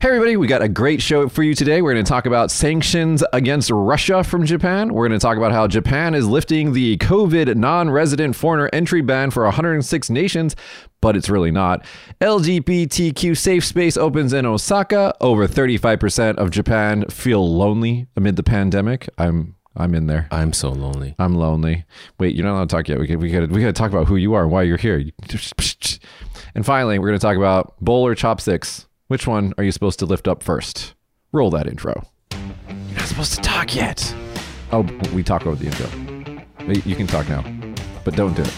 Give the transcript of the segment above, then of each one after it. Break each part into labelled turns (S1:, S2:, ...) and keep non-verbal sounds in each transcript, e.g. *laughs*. S1: Hey, everybody, we got a great show for you today. We're going to talk about sanctions against Russia from Japan. We're going to talk about how Japan is lifting the COVID non resident foreigner entry ban for 106 nations, but it's really not. LGBTQ safe space opens in Osaka. Over 35% of Japan feel lonely amid the pandemic. I'm I'm in there.
S2: I'm so lonely.
S1: I'm lonely. Wait, you're not allowed to talk yet. We could, we got we got to talk about who you are and why you're here. And finally, we're going to talk about bowl or chopsticks. Which one are you supposed to lift up first? Roll that intro. You're not supposed to talk yet. Oh, we talk over the intro. You- You can talk now, but don't do it.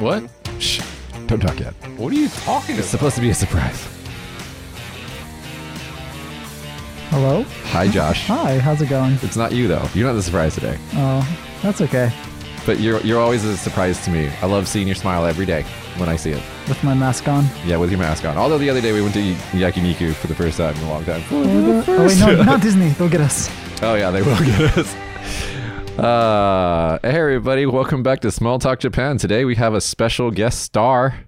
S2: What?
S1: Shh, don't talk yet.
S2: What are you talking
S1: It's supposed to be a surprise.
S3: Hello?
S1: Hi, Josh.
S3: Hi, how's it going?
S1: It's not you though. You're not the surprise today,
S3: Oh, that's okay.
S1: but you're you're always a surprise to me. I love seeing your smile every day when I see it.
S3: With my mask on.
S1: Yeah, with your mask on. Although the other day we went to Yakiniku for the first time in a long time. *laughs*
S3: Oh, wait, no, not Disney. They'll get us.
S1: Oh yeah, they will get us. Uh, hey everybody, welcome back to Small Talk Japan. Today we have a special guest star.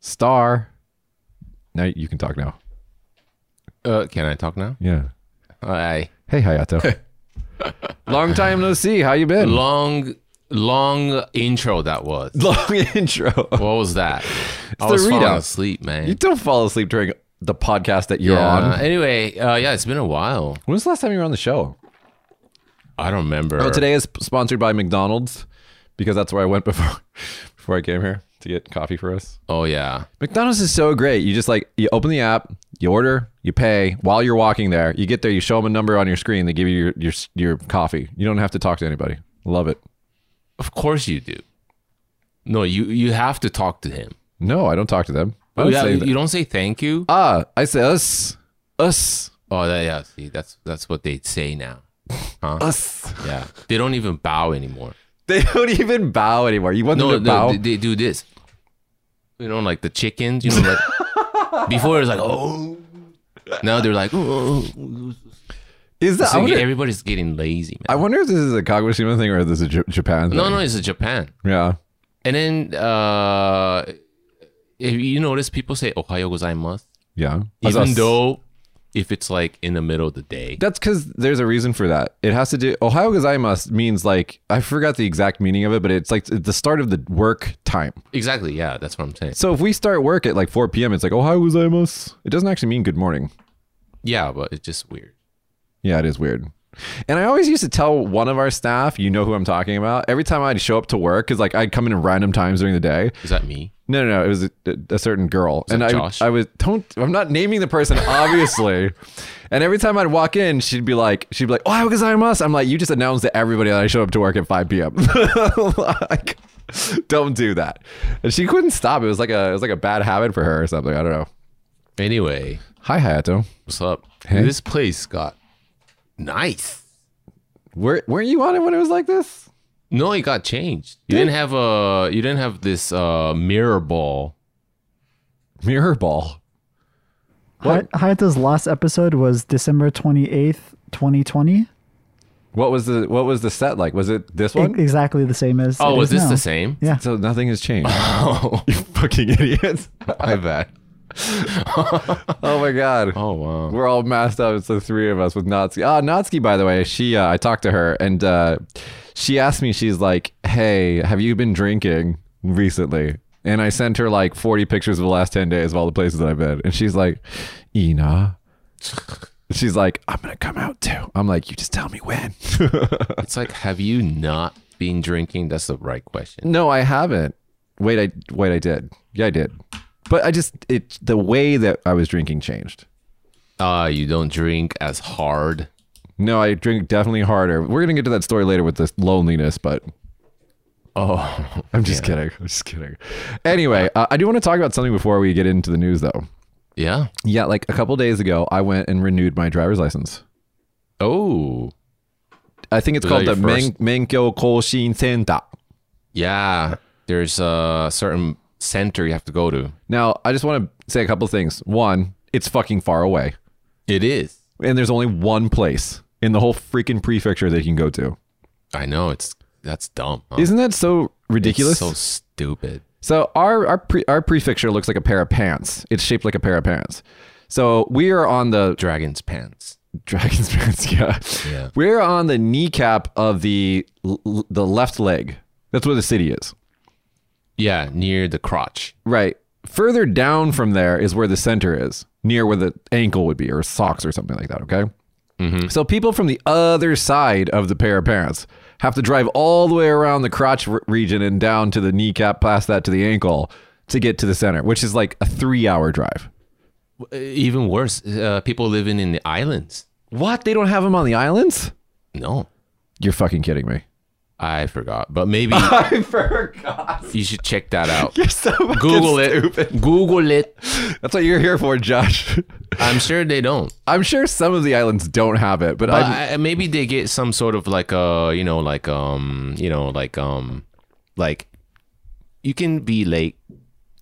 S1: Star. Now you can talk now.
S2: Uh, can I talk now?
S1: Yeah.
S2: I
S1: Hey Hayato. *laughs* long time no see. How you been?
S2: long, *laughs* long intro that was.
S1: Long intro.
S2: What was that? I
S1: the
S2: was
S1: readout.
S2: falling asleep, man.
S1: You don't fall asleep during the podcast that you're
S2: yeah.
S1: on.
S2: Anyway, uh, yeah, it's been a while.
S1: When was the last time you were on the show?
S2: I don't remember.
S1: Oh, today is sponsored by McDonald's because that's where I went *laughs* before before I came here to get coffee for us.
S2: Oh yeah.
S1: McDonald's is so great. You just like you open the app, you order, you pay while you're walking there. You get there, you show them a number on your screen, they give you your your, your coffee. You don't have to talk to anybody. Love it.
S2: Of course you do. No, you you have to talk to him.
S1: No, I don't talk to them. I
S2: Oh,
S1: don't
S2: yeah,
S1: say
S2: you
S1: that.
S2: don't say thank you.
S1: ah, I say us, us,
S2: Oh, that, yeah. See, that's that's what they say now.
S1: us. *laughs*
S2: Yeah, they don't even bow anymore.
S1: They don't even bow anymore. You want
S2: No,
S1: them to bow?
S2: no they, they do this. You know, like the chickens. You know,
S1: *laughs*
S2: like before it was like oh. Now they're like, oh, oh, oh.
S1: is that?
S2: So
S1: I wonder,
S2: everybody's getting lazy,
S1: I
S2: man.
S1: wonder if this is a Kagoshima thing or if this is a J- Japan thing.
S2: no, no, it's Japan.
S1: Yeah.
S2: And then, uh, if you notice, people say "Ohayo gozaimasu,"
S1: Yeah.
S2: even
S1: Us.
S2: though if it's like in the middle of the day.
S1: That's because there's a reason for that. It has to do Ohio gozaimasu means like I forgot the exact meaning of it, but it's like it's the start of the work time.
S2: Exactly. Yeah, that's what I'm saying.
S1: So if we start work at like 4 p.m., it's like Ohio gozaimasu. It doesn't actually mean good morning.
S2: Yeah, but it's just weird.
S1: Yeah, it is weird. And I always used to tell one of our staff, you know who I'm talking about, every time I'd show up to work, because like I'd come in at random times during the day.
S2: Is that me?
S1: No, no, no. It was a, a certain girl, and I,
S2: Josh?
S1: I was don't. I'm not naming the person, obviously. and every time I'd walk in, she'd be like, she'd be like, "Oh, because I must." I'm like, you just announced to everybody that I showed up to work at 5 p.m. *laughs* like, don't do that. And she couldn't stop. It was like a, it was like a bad habit for her or something. I don't know.
S2: Anyway,
S1: Hi, Hayato.
S2: what's up?
S1: Hey.
S2: This place got nice.
S1: Were weren't you on it when it was like this?
S2: No, it got changed. You didn't have a. You didn't have this uh, mirror ball.
S1: Mirror ball.
S3: Hi- Hayato's last episode was December 28th, 2020.
S1: What was the what was the set like? Was it this
S3: E-
S1: one?
S3: exactly the same as.
S2: Oh,
S3: it
S2: was
S3: is
S2: this
S3: now.
S2: the same?
S3: Yeah.
S1: So nothing has changed.
S2: *laughs* Oh,
S1: you fucking idiots.
S2: I bet.
S1: *laughs* Oh my god.
S2: Oh wow.
S1: We're all masked up. It's the three of us with Natsuki. Ah, Natsuki, by the way, she uh, I talked to her and uh, she asked me, she's like, "Hey, have you been drinking recently?" And I sent her like 40 pictures of the last 10 days of all the places that I've been, and she's like, "Ina." She's like, "I'm gonna come out too." I'm like, "You just tell me when."
S2: It's like, have you not been drinking? That's the right
S3: Mm.
S2: question.
S1: no, I haven't. Wait, I wait, I did. Yeah, I did. But I just it the way that I was drinking changed.
S2: Uh, you don't drink as hard.
S1: No, I drink definitely harder. We're gonna get to that story later with this loneliness, but
S2: Oh,
S1: *laughs* I'm just kidding. I'm just kidding. Anyway, uh, I do want to talk about something before we get into the news, though.
S2: yeah.
S1: Yeah, like a couple days ago, I went and renewed my driver's license.
S2: Oh,
S1: I think it's
S2: Was
S1: called the
S2: that your
S1: Men- Menkyo Koshin Center.
S2: yeah. There's a certain center you have to go to.
S1: Now, I just want to say a couple things. One, it's fucking far away,
S2: It is.
S1: and there's only one place in the whole freaking prefecture that you can go to.
S2: I know. It's that's dumb. huh?
S1: Isn't that so ridiculous?
S2: So stupid.
S1: So our our pre, our prefecture looks like a pair of pants. It's shaped like a pair of pants. So we are on the *laughs*
S2: Dragon's pants.
S1: dragon's pants. Yeah,
S2: Yeah.
S1: we're on the kneecap of the l- l- the left leg. That's where the city is.
S2: Yeah, near the crotch.
S1: Right. Further down from there is where the center is, near where the ankle would be, or socks, or something like that. Okay. So people from the other side of the pair of parents have to drive all the way around the crotch re- region and down to the kneecap, past that to the ankle, to get to the center, which is like a three-hour drive.
S2: Uh, Even worse, uh, people living in the islands.
S1: What? They don't have them on the islands?
S2: No,
S1: You're fucking kidding me.
S2: I forgot,
S1: *laughs*
S2: but maybe
S1: I forgot.
S2: you should check that out.
S1: You're so fucking
S2: Google it.
S1: stupid.
S2: Google it.
S1: That's what you're here for, Josh. *laughs*
S2: I'm sure they don't.
S1: I'm sure some of the islands don't have it, but,
S2: But
S1: I'm,
S2: I, maybe they get some sort of like uh you know like um you know like um like you can be late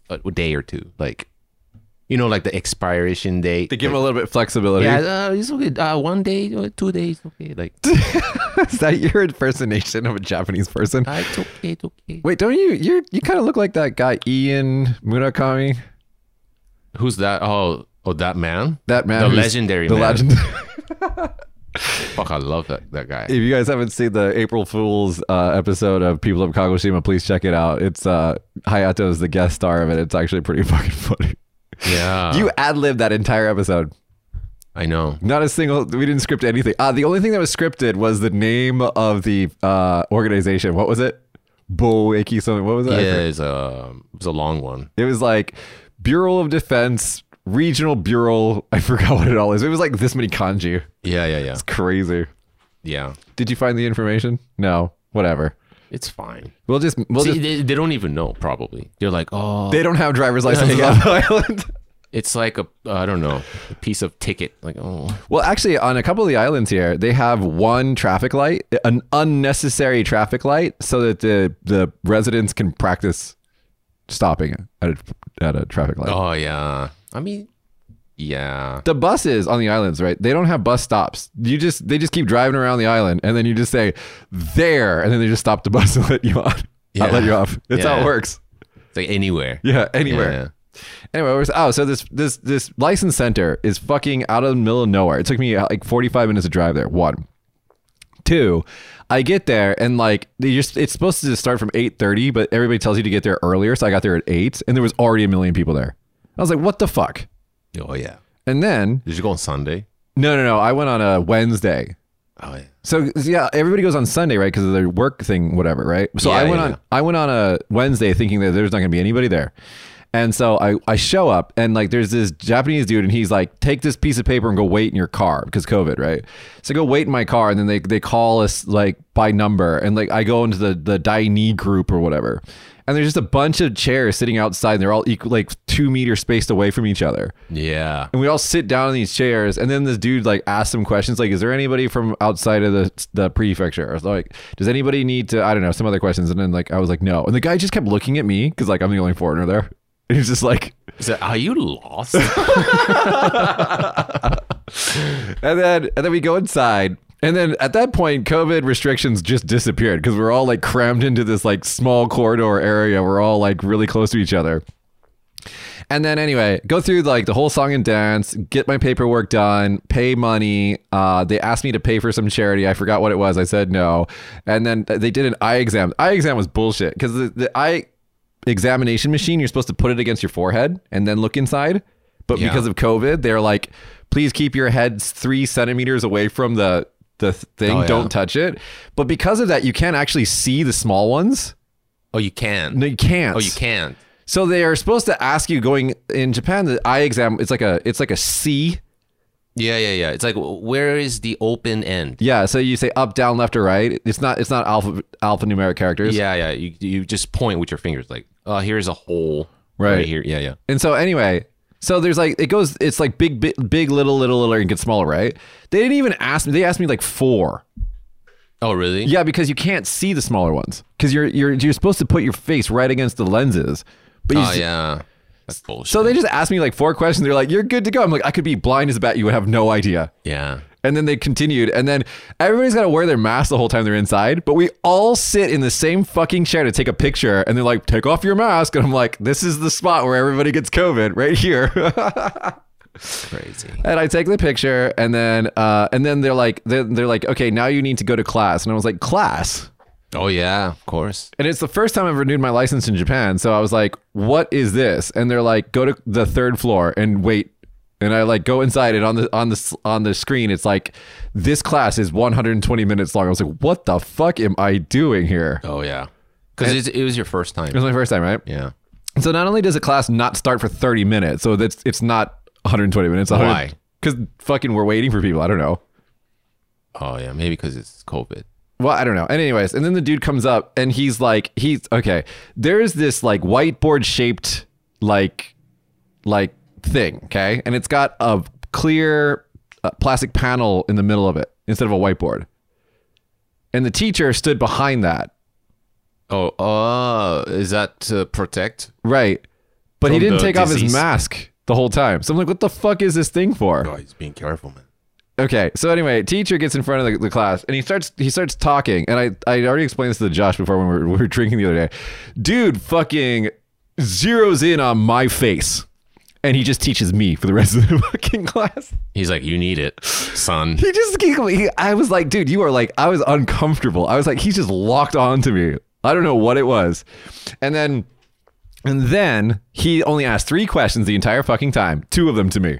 S2: a day or two like you know like the expiration date
S1: they give them a little bit of flexibility.
S2: yeah uh, it's okay uh, one day or two days okay
S1: *laughs*
S2: like uh,
S1: Is that your impersonation of a Japanese person?
S2: ah, it's okay it's okay
S1: Wait, don't you? You're, you kind of look like that guy, Ian Murakami.
S2: who's that oh oh that man
S1: That man.
S2: The
S1: who's-
S2: legendary
S1: The
S2: man. *laughs*
S1: legend. *laughs*
S2: fuck I love that that guy
S1: if *laughs* you guys haven't seen the April Fool's uh, episode of People of Kagoshima, please check it out. It's uh, Hayato is the guest star of it. It's actually pretty *laughs* fucking funny.
S2: yeah
S1: you ad lib that entire episode.
S2: I know
S1: Not a single. We didn't script anything. Uh, the only thing that was scripted was the name of the uh, organization. What was it? Boeki something. What was it? I
S2: yeah it's a it's a long one
S1: It was like Bureau of Defense, Regional Bureau. *laughs* I forgot what it all is. It was like this many kanji.
S2: yeah yeah yeah
S1: It's crazy.
S2: yeah
S1: Did you find the information? No. Whatever.
S2: it's fine
S1: We'll just we'll
S2: See,
S1: just.
S2: they, they don't even know probably they're like oh
S1: They don't have driver's licenses
S2: *laughs* Yeah.
S1: on the island. *laughs*
S2: It's like a I don't know a piece of ticket. Like oh
S1: Well, actually, on a couple of the islands here, they have one traffic light, an unnecessary traffic light, so that the the residents can practice stopping at a, at a traffic light.
S2: oh yeah. I mean yeah
S1: the buses on the islands, right? They don't have bus stops. You just they just keep driving around the island, and then you just say there, and then they just stop the bus *laughs* and let you on. Not
S2: Yeah.
S1: let you off. That's how it
S2: Yeah.
S1: works.
S2: it's like anywhere.
S1: Yeah, anywhere. Anyway, where's- oh, so this this this license center is fucking out of the middle of nowhere. It took me uh, like forty five minutes to drive there. One, two, I get there and like they just it's supposed to just start from eight thirty, but everybody tells you to get there earlier, so I got there at eight, and there was already a million people there. I was like, what the fuck?
S2: Yeah. Oh yeah.
S1: And then
S2: Did you go on Sunday?
S1: no, no, no, I went on a Wednesday.
S2: Oh yeah.
S1: So yeah, everybody goes on Sunday, right? Because of their work thing, whatever, right? So
S2: Yeah,
S1: I went
S2: yeah,
S1: on
S2: yeah.
S1: I went on a Wednesday thinking that there's not gonna be anybody there. And so I, I show up and like there's this Japanese dude and he's like, take this piece of paper and go wait in your car because COVID, right? So I go wait in my car and then they, they call us like by number and like I go into the the Daini group or whatever. And there's just a bunch of chairs sitting outside and they're all equal, like two meter spaced away from each other.
S2: Yeah.
S1: And we all sit down in these chairs, and then this dude like asks some questions, like, "Is there anybody from outside of the the prefecture?" Or like, "Does anybody need to?" I don't know, some other questions. And then like, I was like, "No," and the guy just kept looking at me because like I'm the only foreigner there. *laughs* And he's just like,
S2: So are you *laughs* lost?
S1: and then and then we go inside. And then at that point, COVID restrictions just disappeared because we're all like crammed into this like small corridor area. We're all like really close to each other. And then anyway, go through like the whole song and dance, get my paperwork done, pay money. Uh, they asked me to pay for some charity. I forgot what it was. I said no. And then th- they did an eye exam. Eye exam was bullshit because the, the eye examination machine, you're supposed to put it against your forehead and then look inside. But
S2: Yeah.
S1: because of COVID, they're like, please keep your head three centimeters away from the the th- thing.
S2: Oh, yeah.
S1: Don't touch it. But because of that, you can't actually see the small ones.
S2: oh you can.
S1: No, you can't.
S2: Oh you can't.
S1: So they are supposed to ask you going in Japan the eye exam. It's like a it's like a C.
S2: Yeah yeah yeah. It's like where is the open end?
S1: Yeah. So you say up, down, left, or right. It's not it's not alpha alphanumeric characters.
S2: Yeah yeah. You you just point with your fingers like oh here's a hole
S1: Right.
S2: here. Yeah yeah.
S1: And so anyway, so there's like it goes. It's like big, big, big, little, little, little, and get smaller. Right? They didn't even ask me. They asked me like four.
S2: Oh really?
S1: Yeah, because you can't see the smaller ones because you're you're you're supposed to put your face right against the lenses. But you
S2: Oh
S1: s-
S2: yeah. That's bullshit.
S1: So they just asked me like four questions. They're like, "You're good to go." I'm like, "I could be blind as a bat. You would have no idea."
S2: yeah.
S1: And then they continued. And then everybody's got to wear their mask the whole time they're inside. But we all sit in the same fucking chair to take a picture. And they're like, take off your mask. And I'm like, this is the spot where everybody gets COVID right here.
S2: Crazy.
S1: *laughs* And I take the picture, and then uh, and then they're like they're, they're like, okay, now you need to go to class. And I was like, class.
S2: Oh yeah, of course.
S1: And it's the first time I've renewed my license in Japan, so I was like, what is this? And they're like, go to the third floor and wait. And I like go inside, and on the on the s- on the screen, it's like this class is 120 minutes long. I was like, what the fuck am I doing here?
S2: Oh yeah, because it was your first
S1: It was
S2: time.
S1: my first time, right?
S2: Yeah.
S1: So not only does a class not start for 30 minutes, so that's it's not 120 minutes.
S2: Why?
S1: Because fucking we're waiting for people. I don't know.
S2: Oh yeah, maybe because it's COVID.
S1: Well, I don't know. And anyways, and then the dude comes up and he's like, he's okay. There's this like whiteboard shaped like like thing, okay, and it's got a clear uh, plastic panel in the middle of it instead of a whiteboard. And the teacher stood behind that,
S2: Oh, uh, is that to protect?
S1: right? But he
S2: From
S1: didn't
S2: the
S1: take off his
S2: disease.
S1: mask the whole time. So I'm like, what the fuck is this thing for?
S2: Oh, he's being careful, man.
S1: Okay, so anyway, teacher gets in front of the, the class and he starts he starts talking. And I I already explained this to Josh before when we were, *laughs* we were drinking the other day. Dude, fucking zeroes in on my face, and he just teaches me for the rest of the *laughs* fucking class.
S2: He's like, you need it, son.
S1: He just he, I was like, dude, you are like I was uncomfortable. I was like, he's just locked on to me. I don't know what it was, and then and then he only asked three questions the entire fucking time. Two of them to me.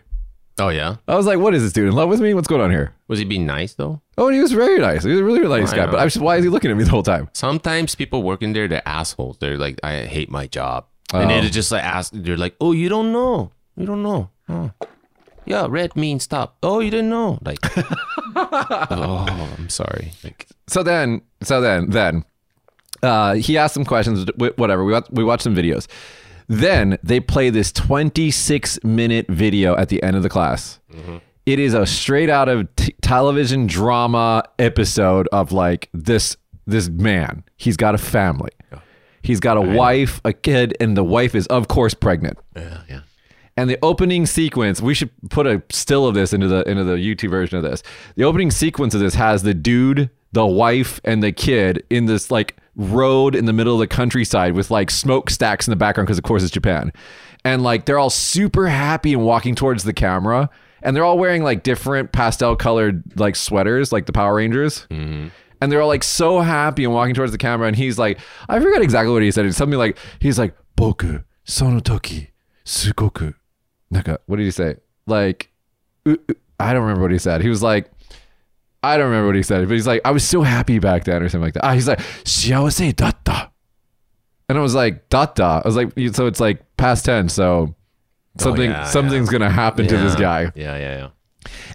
S2: oh yeah.
S1: I was like, what is this dude in love with me? What's going on here?
S2: Was he being nice though?
S1: Oh, and he was very nice. He was a really, really nice
S2: I
S1: guy.
S2: know.
S1: But I was just, why is he looking at me the whole time?
S2: Sometimes people working there, they're assholes. They're like, I hate my job, and they're just like ask. They're like, oh, you don't know, you don't know. Oh. Yeah, red means stop. Oh, you didn't know. Like, *laughs* oh, I'm sorry. Like,
S1: So then, so then, then, uh, he asked some questions. wh- Whatever. We watched, we watched some videos. Then they play this 26 minute video at the end of the class.
S2: Mm-hmm.
S1: It is a straight out of t- television drama episode of like this this man. He's got a family. He's got a wife, a kid, and the wife is of course pregnant.
S2: yeah, yeah.
S1: And the opening sequence, we should put a still of this into the into the YouTube version of this. The opening sequence of this has the dude, the wife, and the kid in this like road in the middle of the countryside with like smokestacks in the background because of course it's Japan. And like they're all super happy and walking towards the camera. And they're all wearing like different pastel colored like sweaters, like the Power Rangers. And they're all like so happy and walking towards the camera. And he's like, I forgot exactly what he said. It's something like, he's like, Boku, sono toki, sugoku なんか what did he say? Like, uh, uh, I don't remember what he said. He was like, I don't remember what he said, but he's like, I was so happy back then or something like that. Ah, he's like, 幸せだった. And I was like, datta. I was like, so it's like past tense. So something,
S2: Oh, yeah,
S1: something's going to happen to this
S2: Yeah.
S1: guy
S2: Yeah, yeah, yeah.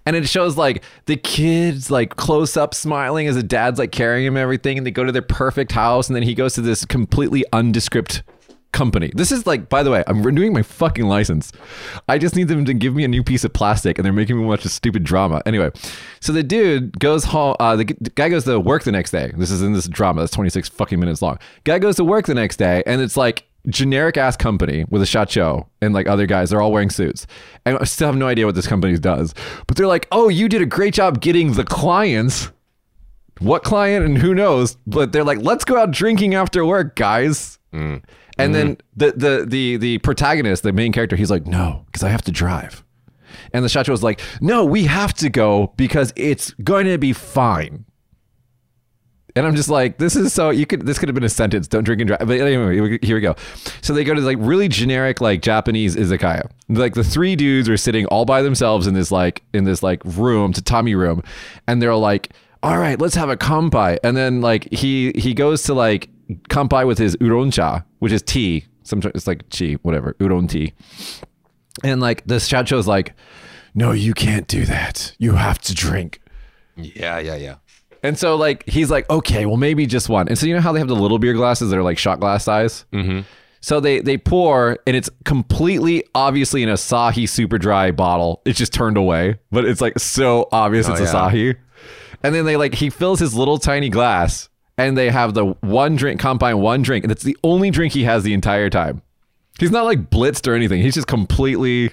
S1: and it shows like the kids like close up smiling as the dad's like carrying him and everything and they go to their perfect house and then he goes to this completely undescript company this is like by the way i'm renewing my fucking license i just need them to give me a new piece of plastic and they're making me watch a stupid drama anyway so the dude goes home uh, the g- guy goes to work the next day this is in this drama that's 26 fucking minutes long guy goes to work the next day and it's like generic ass company with a shot show and like other guys they're all wearing suits and i still have no idea what this company does but they're like oh you did a great job getting the clients what client and who knows but they're like let's go out drinking after work guys and then the, the the the protagonist the main character he's like no because i have to drive and the shot show was like no we have to go because it's going to be fine and I'm just like, this is so you could this could have been a sentence. Don't drink and drive. But anyway, here we go. So they go to like really generic like Japanese izakaya. Like the three dudes are sitting all by themselves in this like in this like room, tatami room, and they're like, all right, let's have a kanpai. And then like he he goes to like kanpai with his uroncha, which is tea. Sometimes it's like chi, whatever, udon tea. And like the chat show's like, no, you can't do that. You have to drink.
S2: Yeah, yeah, yeah.
S1: And so like he's like, okay, well maybe just one. And so you know how they have the little beer glasses that are like shot glass size. Mm-hmm. So they they pour and it's completely obviously an Asahi super dry bottle. It's just turned away, but it's like so obvious it's
S2: Oh, yeah.
S1: Asahi. And then they like he fills his little tiny glass and they have the one drink combine one drink and it's the only drink he has the entire time. He's not like blitzed or anything. He's just completely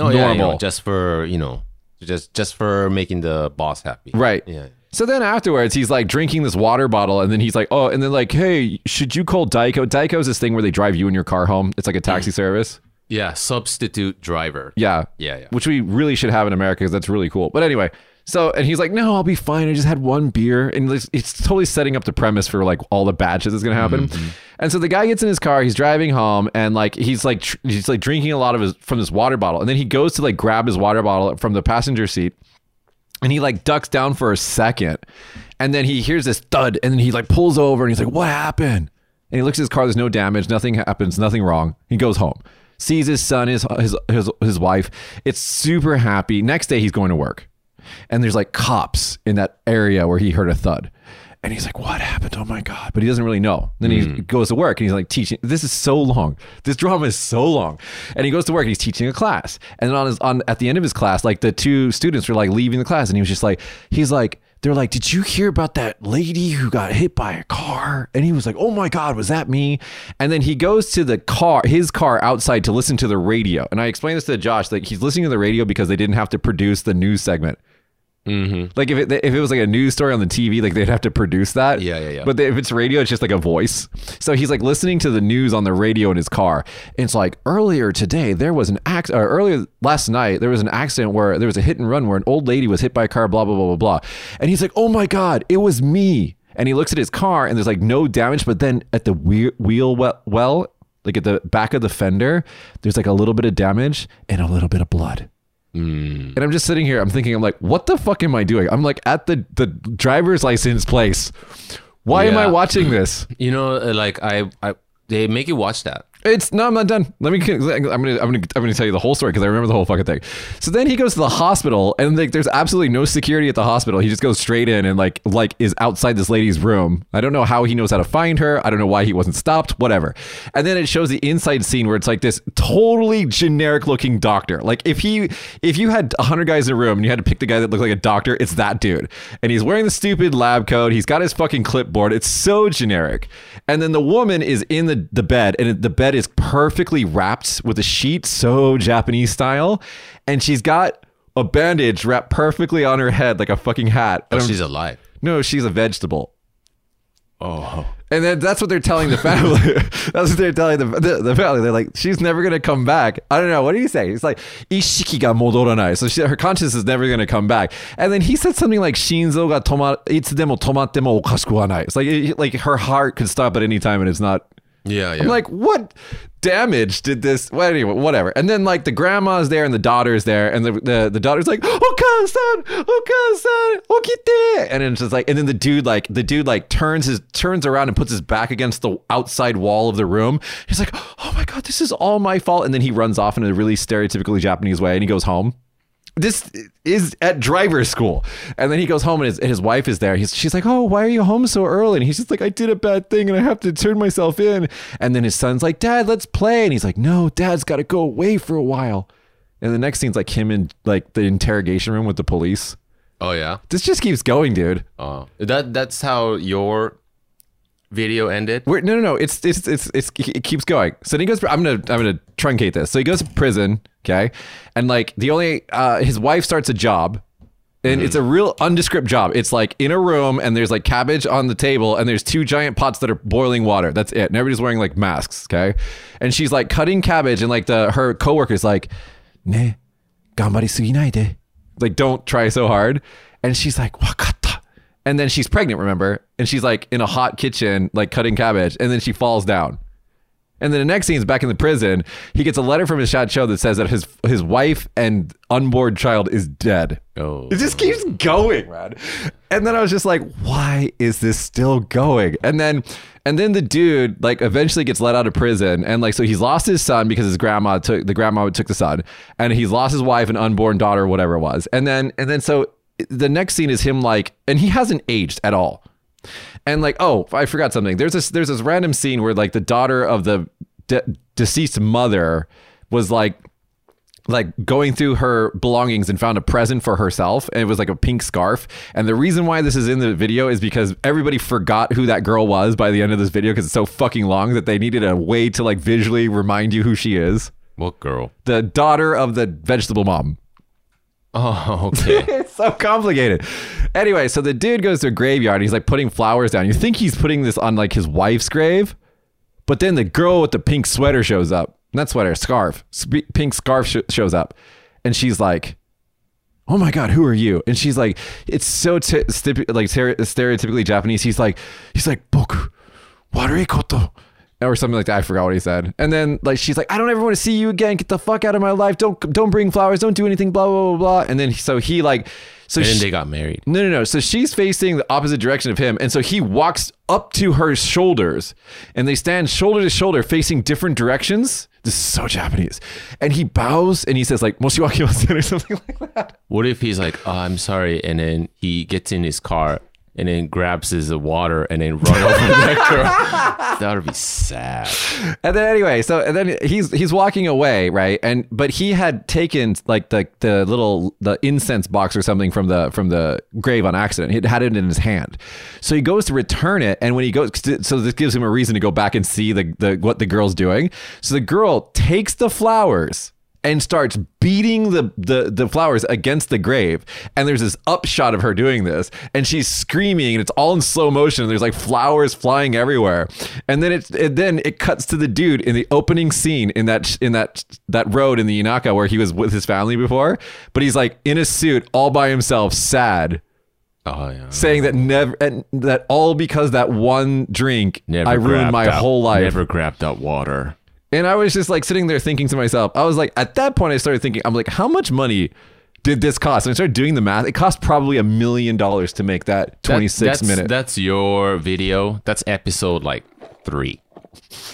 S2: Oh,
S1: normal.
S2: yeah, you know, just for you know, just just for making the boss happy.
S1: Right.
S2: Yeah.
S1: So then afterwards, he's like drinking this water bottle, and then he's like, "Oh," and
S2: Mm.
S1: then like, "Hey, should you call Daiko?" Daiko's this thing where they drive you in your car home. It's like a taxi service.
S2: Yeah, substitute driver.
S1: Yeah.
S2: Yeah, yeah.
S1: Which we really should have in America because that's really cool. But anyway, so and he's like, no, I'll be fine. I just had one beer, and it's, it's totally setting up the premise for like all the bad shit that's gonna happen.
S2: Mm-hmm.
S1: And so the guy gets in his car, he's driving home, and like he's like tr- he's like drinking a lot of his from this water bottle, and then he goes to like grab his water bottle from the passenger seat, and he like ducks down for a second, and then he hears this thud, and then he like pulls over, and he's like, "What happened?" And he looks at his car. There's no damage. Nothing happens. Nothing wrong. He goes home, sees his son, his his his, his wife. It's super happy. Next day, he's going to work, and there's like cops in that area where he heard a thud. And he's like, "What happened? Oh my god!" But he doesn't really know. Then he goes to work and he's like teaching. This is so long. This drama is so long. And he goes to work and he's teaching a class. And then on his on at the end of his class, like the two students were like leaving the class, and he was just like, he's like, they're like, Did you hear about that lady who got hit by a car? And he was like, Oh my God, was that me? And then he goes to the car, his car outside to listen to the radio. And I explained this to Josh that he's listening to the radio because they didn't have to produce the news segment.
S2: Mm-hmm.
S1: Like if it if it was like a news story on the TV, like they'd have to produce that.
S2: Yeah, yeah, yeah.
S1: But they, if it's radio, it's just like a voice. So he's like listening to the news on the radio in his car. And it's like earlier today there was an act. Or earlier last night there was an accident where there was a hit and run where an old lady was hit by a car. Blah blah blah blah blah. And he's like, oh my god, it was me. And he looks at his car and there's like no damage, but then at the wheel, wheel well, well, like at the back of the fender, there's like a little bit of damage and a little bit of blood. And I'm just sitting here, I'm thinking, I'm like, what the fuck am I doing? I'm like at the, the driver's license place. Why am I
S2: Yeah.
S1: watching this?
S2: You know, uh, like I, I, they make you watch that.
S1: It's no, I'm not done. Let me. I'm gonna. I'm gonna. I'm gonna tell you the whole story because I remember the whole fucking thing. So then he goes to the hospital, and like, there's absolutely no security at the hospital. He just goes straight in and like like is outside this lady's room. I don't know how he knows how to find her. I don't know why he wasn't stopped. Whatever. And then it shows the inside scene where it's like this totally generic looking doctor. Like if he if you had hundred guys in a room and you had to pick the guy that looked like a doctor, it's that dude. And he's wearing the stupid lab coat. He's got his fucking clipboard. It's so generic. And then the woman is in the, the bed, and the bed is perfectly wrapped with a sheet, so Japanese style. And she's got a bandage wrapped perfectly on her head like a fucking hat. And
S2: But
S1: I'm-
S2: she's alive.
S1: no, she's a vegetable.
S2: Oh,
S1: And then that's what they're telling the family. *laughs* that's what they're telling the, the, the family. They're like, she's never going to come back. I don't know. What do you say? He's like, ishiki ga modoranai. So she, her conscience is never going to come back. And then he said something like, shinzo ga toma, itsudemo tomatte mo okashiku wa nai. It's like, it, like her heart could stop at any time and it's not
S2: yeah, yeah.
S1: I'm like, what damage did this? Well, anyway, whatever. And then like the grandma's there and the daughter's there, and the the, the daughter's like, Okasan, Okasan, Okite, and it's just like, and then the dude like the dude like turns his turns around and puts his back against the outside wall of the room. He's like, oh my god, this is all my fault. And then he runs off in a really stereotypically Japanese way, and he goes home this is at driver's school. And then he goes home and his, and his wife is there. He's, she's like, Oh, why are you home so early? And he's just like, I did a bad thing and I have to turn myself in. And then his son's like, Dad, let's play. And he's like, No, dad's got to go away for a while. And the next scene's like him in like the interrogation room with the police.
S2: oh yeah.
S1: This just keeps going, dude.
S2: Oh, that that's how your video ended.
S1: We're, no, no, no. It's, it's it's it's it keeps going. So then he goes. I'm gonna I'm gonna truncate this. So he goes to prison. Okay, and like the only uh, his wife starts a job, and it's a real undescript job. It's like in a room, and there's like cabbage on the table, and there's two giant pots that are boiling water. That's it. And everybody's wearing like masks. Okay, and she's like cutting cabbage, and like the her coworker's like, ne, gambari suginai like don't try so hard. And she's like, wakata. And then she's pregnant, remember? And she's like in a hot kitchen, like cutting cabbage, and then she falls down. And then the next scene is back in the prison. He gets a letter from his shot show that says that his his wife and unborn child is dead.
S2: Oh,
S1: It just keeps going, man. And then I was just like, why is this still going? And then and then the dude like eventually gets let out of prison and like so he's lost his son because his grandma took the grandma took the son and he's lost his wife and unborn daughter whatever it was. And then and then so the next scene is him like and he hasn't aged at all. And like, oh, I forgot something. There's this there's this random scene where like the daughter of the de- deceased mother was like like going through her belongings and found a present for herself and it was like a pink scarf and the reason why this is in the video is because everybody forgot who that girl was by the end of this video because it's so fucking long that they needed a way to like visually remind you who she is
S2: what girl?
S1: the daughter of the vegetable mom *laughs*
S2: Oh, okay.
S1: it's so complicated. Anyway, so the dude goes to a graveyard. And he's like putting flowers down. You think he's putting this on like his wife's grave, but then the girl with the pink sweater shows up. Not sweater, scarf. Sp- pink scarf sh- shows up. And she's like, oh my god who are you and she's like it's so t- stipi- like ter- stereotypically japanese he's like he's like boku warui koto or something like that i forgot what he said and then like she's like i don't ever want to see you again get the fuck out of my life don't don't bring flowers don't do anything blah blah blah blah and then so he like so
S2: And then
S1: she-
S2: they got married.
S1: no, no, no. So she's facing the opposite direction of him. And so he walks up to her shoulders and they stand shoulder to shoulder facing different directions. This is so Japanese. And he bows and he says, like, Moshiwaki or something *laughs* like that.
S2: What if he's like, oh, I'm sorry, and then he gets in his car and then grabs his water and then run over that
S1: *laughs*
S2: girl? That would be sad.
S1: and then anyway, so and then he's he's walking away, right? And but he had taken like the the little the incense box or something from the from the grave on accident. He had it in his hand, so he goes to return it, and when he goes, so this gives him a reason to go back and see the the what the girl's doing. So the girl takes the flowers and starts beating the, the the flowers against the grave and there's this upshot of her doing this and she's screaming and it's all in slow motion and there's like flowers flying everywhere and then it, it then it cuts to the dude in the opening scene in that in that that road in the Inaka where he was with his family before but he's like in a suit all by himself sad
S2: Oh yeah.
S1: saying that never and that all because that one drink I ruined
S2: grabbed
S1: my
S2: that-
S1: whole life
S2: Never grabbed that water.
S1: and I was just like sitting there thinking to myself, I was like, at that point, I started thinking, I'm like, how much money did this cost? And I started doing the math. It cost probably a million dollars to make that
S2: That-
S1: 26
S2: that's,
S1: minute.
S2: That's your video. That's episode like three.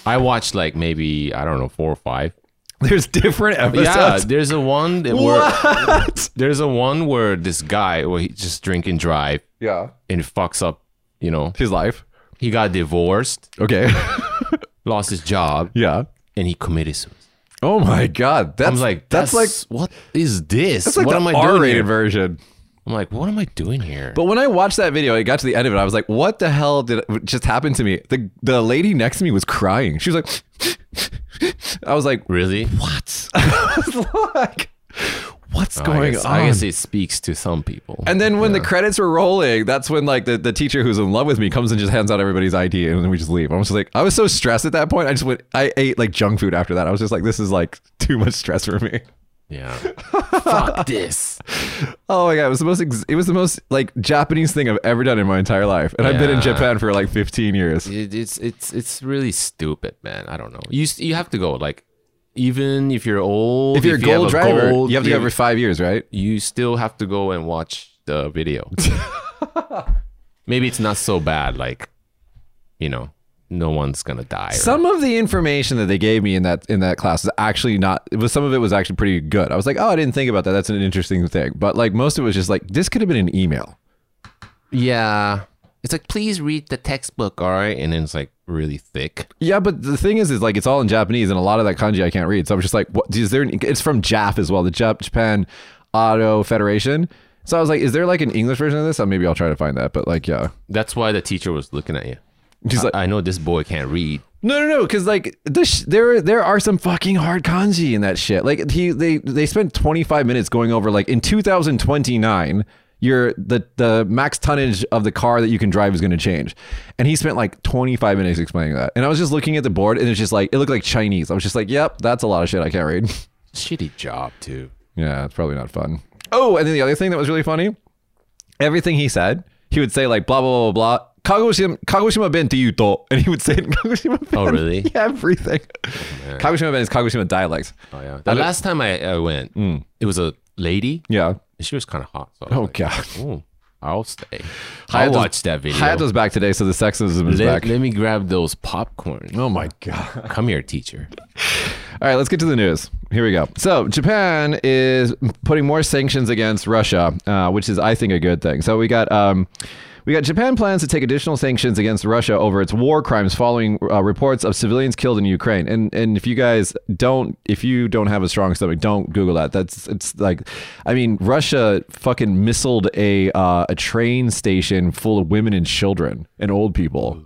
S2: I watched like maybe I don't know four
S1: *laughs*
S2: or five.
S1: *laughs* There's different
S2: Yeah,
S1: episodes.
S2: there's a one that where
S1: what?
S2: there's a one where this guy well, he just drink and drive
S1: yeah.
S2: and fucks up. You know,
S1: His life.
S2: he got divorced,
S1: Okay. *laughs*
S2: lost his job,
S1: yeah.
S2: and he committed suicide.
S1: Oh my God. That's
S2: I'm like,
S1: that's,
S2: that's,
S1: like,
S2: like, what is this?
S1: that's like
S2: what
S1: the
S2: am I doing
S1: R-rated
S2: here?
S1: version.
S2: I'm like, what am I doing here?
S1: But when I watched that video, it got to the end of it. I was like, what the hell did what just happen to me? The the lady next to me was crying. She was like, *laughs* I was like,
S2: really?
S1: what? *laughs* I was like, what's
S2: Oh, I
S1: going
S2: guess,
S1: on?
S2: I guess it speaks to some people.
S1: and then when the credits were rolling, that's when like the, the teacher who's in love with me comes and just hands out everybody's ID and then we just leave. I was just like, I was so stressed at that point. I just went, I ate like junk food after that. I was just like, this is like *laughs* too much stress for me.
S2: *laughs*
S1: *laughs*
S2: yeah. Fuck this.
S1: Oh my god, it was the most ex- it was the most like Japanese thing I've ever done in my entire life, and I've been in
S2: Yeah.
S1: Japan for like 15 years.
S2: It, it's it's it's really stupid, man. I don't know. You s- you have to go like, even if you're old,
S1: If you're a
S2: you have
S1: gold driver,
S2: gold,
S1: you have to go every five years, right?
S2: you still have to go and watch the
S1: *laughs*
S2: video. Maybe it's not so bad. Like, you know, no one's gonna die. or-
S1: Some of the information that they gave me in that in that class is actually not. It was some of it was actually pretty good. I was like, oh, I didn't think about that. That's an interesting thing. But like most of it was just like this could have been an email.
S2: Yeah. It's like, please read the textbook, all right? And then it's like really thick.
S1: Yeah, but the thing is, is like it's all in Japanese, and a lot of that kanji I can't read. So I'm just like, what is there? an- It's from JAF as well, the Jap- Japan Auto Federation. So I was like, is there like an English version of this? Uh, Maybe I'll try to find that. But like, yeah,
S2: That's why the teacher was looking at you.
S1: She's
S2: I,
S1: like-
S2: I know this boy can't read.
S1: No, no, no, because like the sh- there, there are some fucking hard kanji in that shit. Like he, they, they spent 25 minutes going over like in 2029, your the the max tonnage of the car that you can drive is going to change, and he spent like 25 minutes explaining that. And I was just looking at the board, and it's just like it looked like Chinese. I was just like, yep, that's a lot of shit I can't read. *laughs*
S2: Shitty job, too.
S1: yeah, it's probably not fun. Oh, and then the other thing that was really funny, everything he said, he would say like blah blah blah blah. Kagoshima, Kagoshima ben to you to, *laughs* and he would say it in Kagoshima ben.
S2: Oh, really?
S1: Yeah, *laughs* everything. Kagoshima ben is Kagoshima dialect.
S2: Oh, yeah. The last time I, I went, it was a lady.
S1: Mm. Yeah.
S2: and She was kind of hot. So I
S1: Oh
S2: was
S1: god.
S2: like, "Ooh, I'll stay.
S1: I
S2: I'll
S1: had those-
S2: watch that video.
S1: Hayato's back today, so the sexism is
S2: let,
S1: back.
S2: let me grab those popcorn.
S1: oh my god.
S2: Come here, teacher.
S1: All right, let's get to the news. Here we go. So Japan is putting more sanctions against Russia, uh, which is, I think, a good thing. So we got. Um, we got Japan plans to take additional sanctions against Russia over its war crimes following uh, reports of civilians killed in Ukraine. And and if you guys don't if you don't have a strong stomach, don't Google that. That's it's like, I mean, Russia fucking missiled a uh, a train station full of women and children and old people.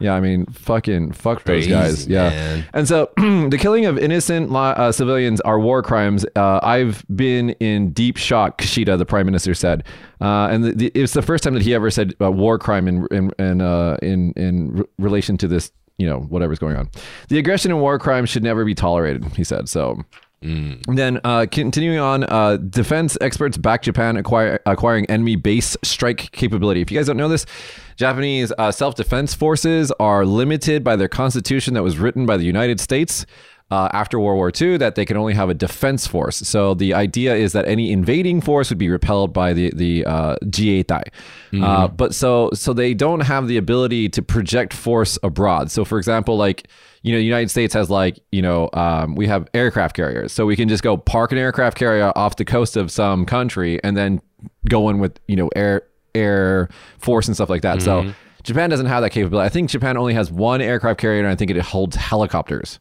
S1: Yeah, I mean, fucking fuck
S2: Crazy,
S1: those guys. Yeah.
S2: man.
S1: And so *clears throat* the killing of innocent li- uh, civilians are war crimes. Uh, I've been in deep shock, Kishida, the prime minister said. Uh, and the, the, it's the first time that he ever said uh, war crime in in in, uh, in, in re- relation to this you know, whatever's going on. The aggression and war crimes should never be tolerated, he said. So and Then, uh, continuing on, uh, defense experts back Japan acquire, acquiring enemy base strike capability. If you guys don't know this, Japanese uh, self defense forces are limited by their constitution that was written by the United States. Uh, after World War II, that they can only have a defense force. So the idea is that any invading force would be repelled by the the uh, Jietai. Uh, but so so they don't have the ability to project force abroad. So for example, like you know, the United States has like, you know, um, we have aircraft carriers. So we can just go park an aircraft carrier off the coast of some country and then go in with, you know, air air force and stuff like that. So Japan doesn't have that capability. I think Japan only has one aircraft carrier and I think it holds helicopters.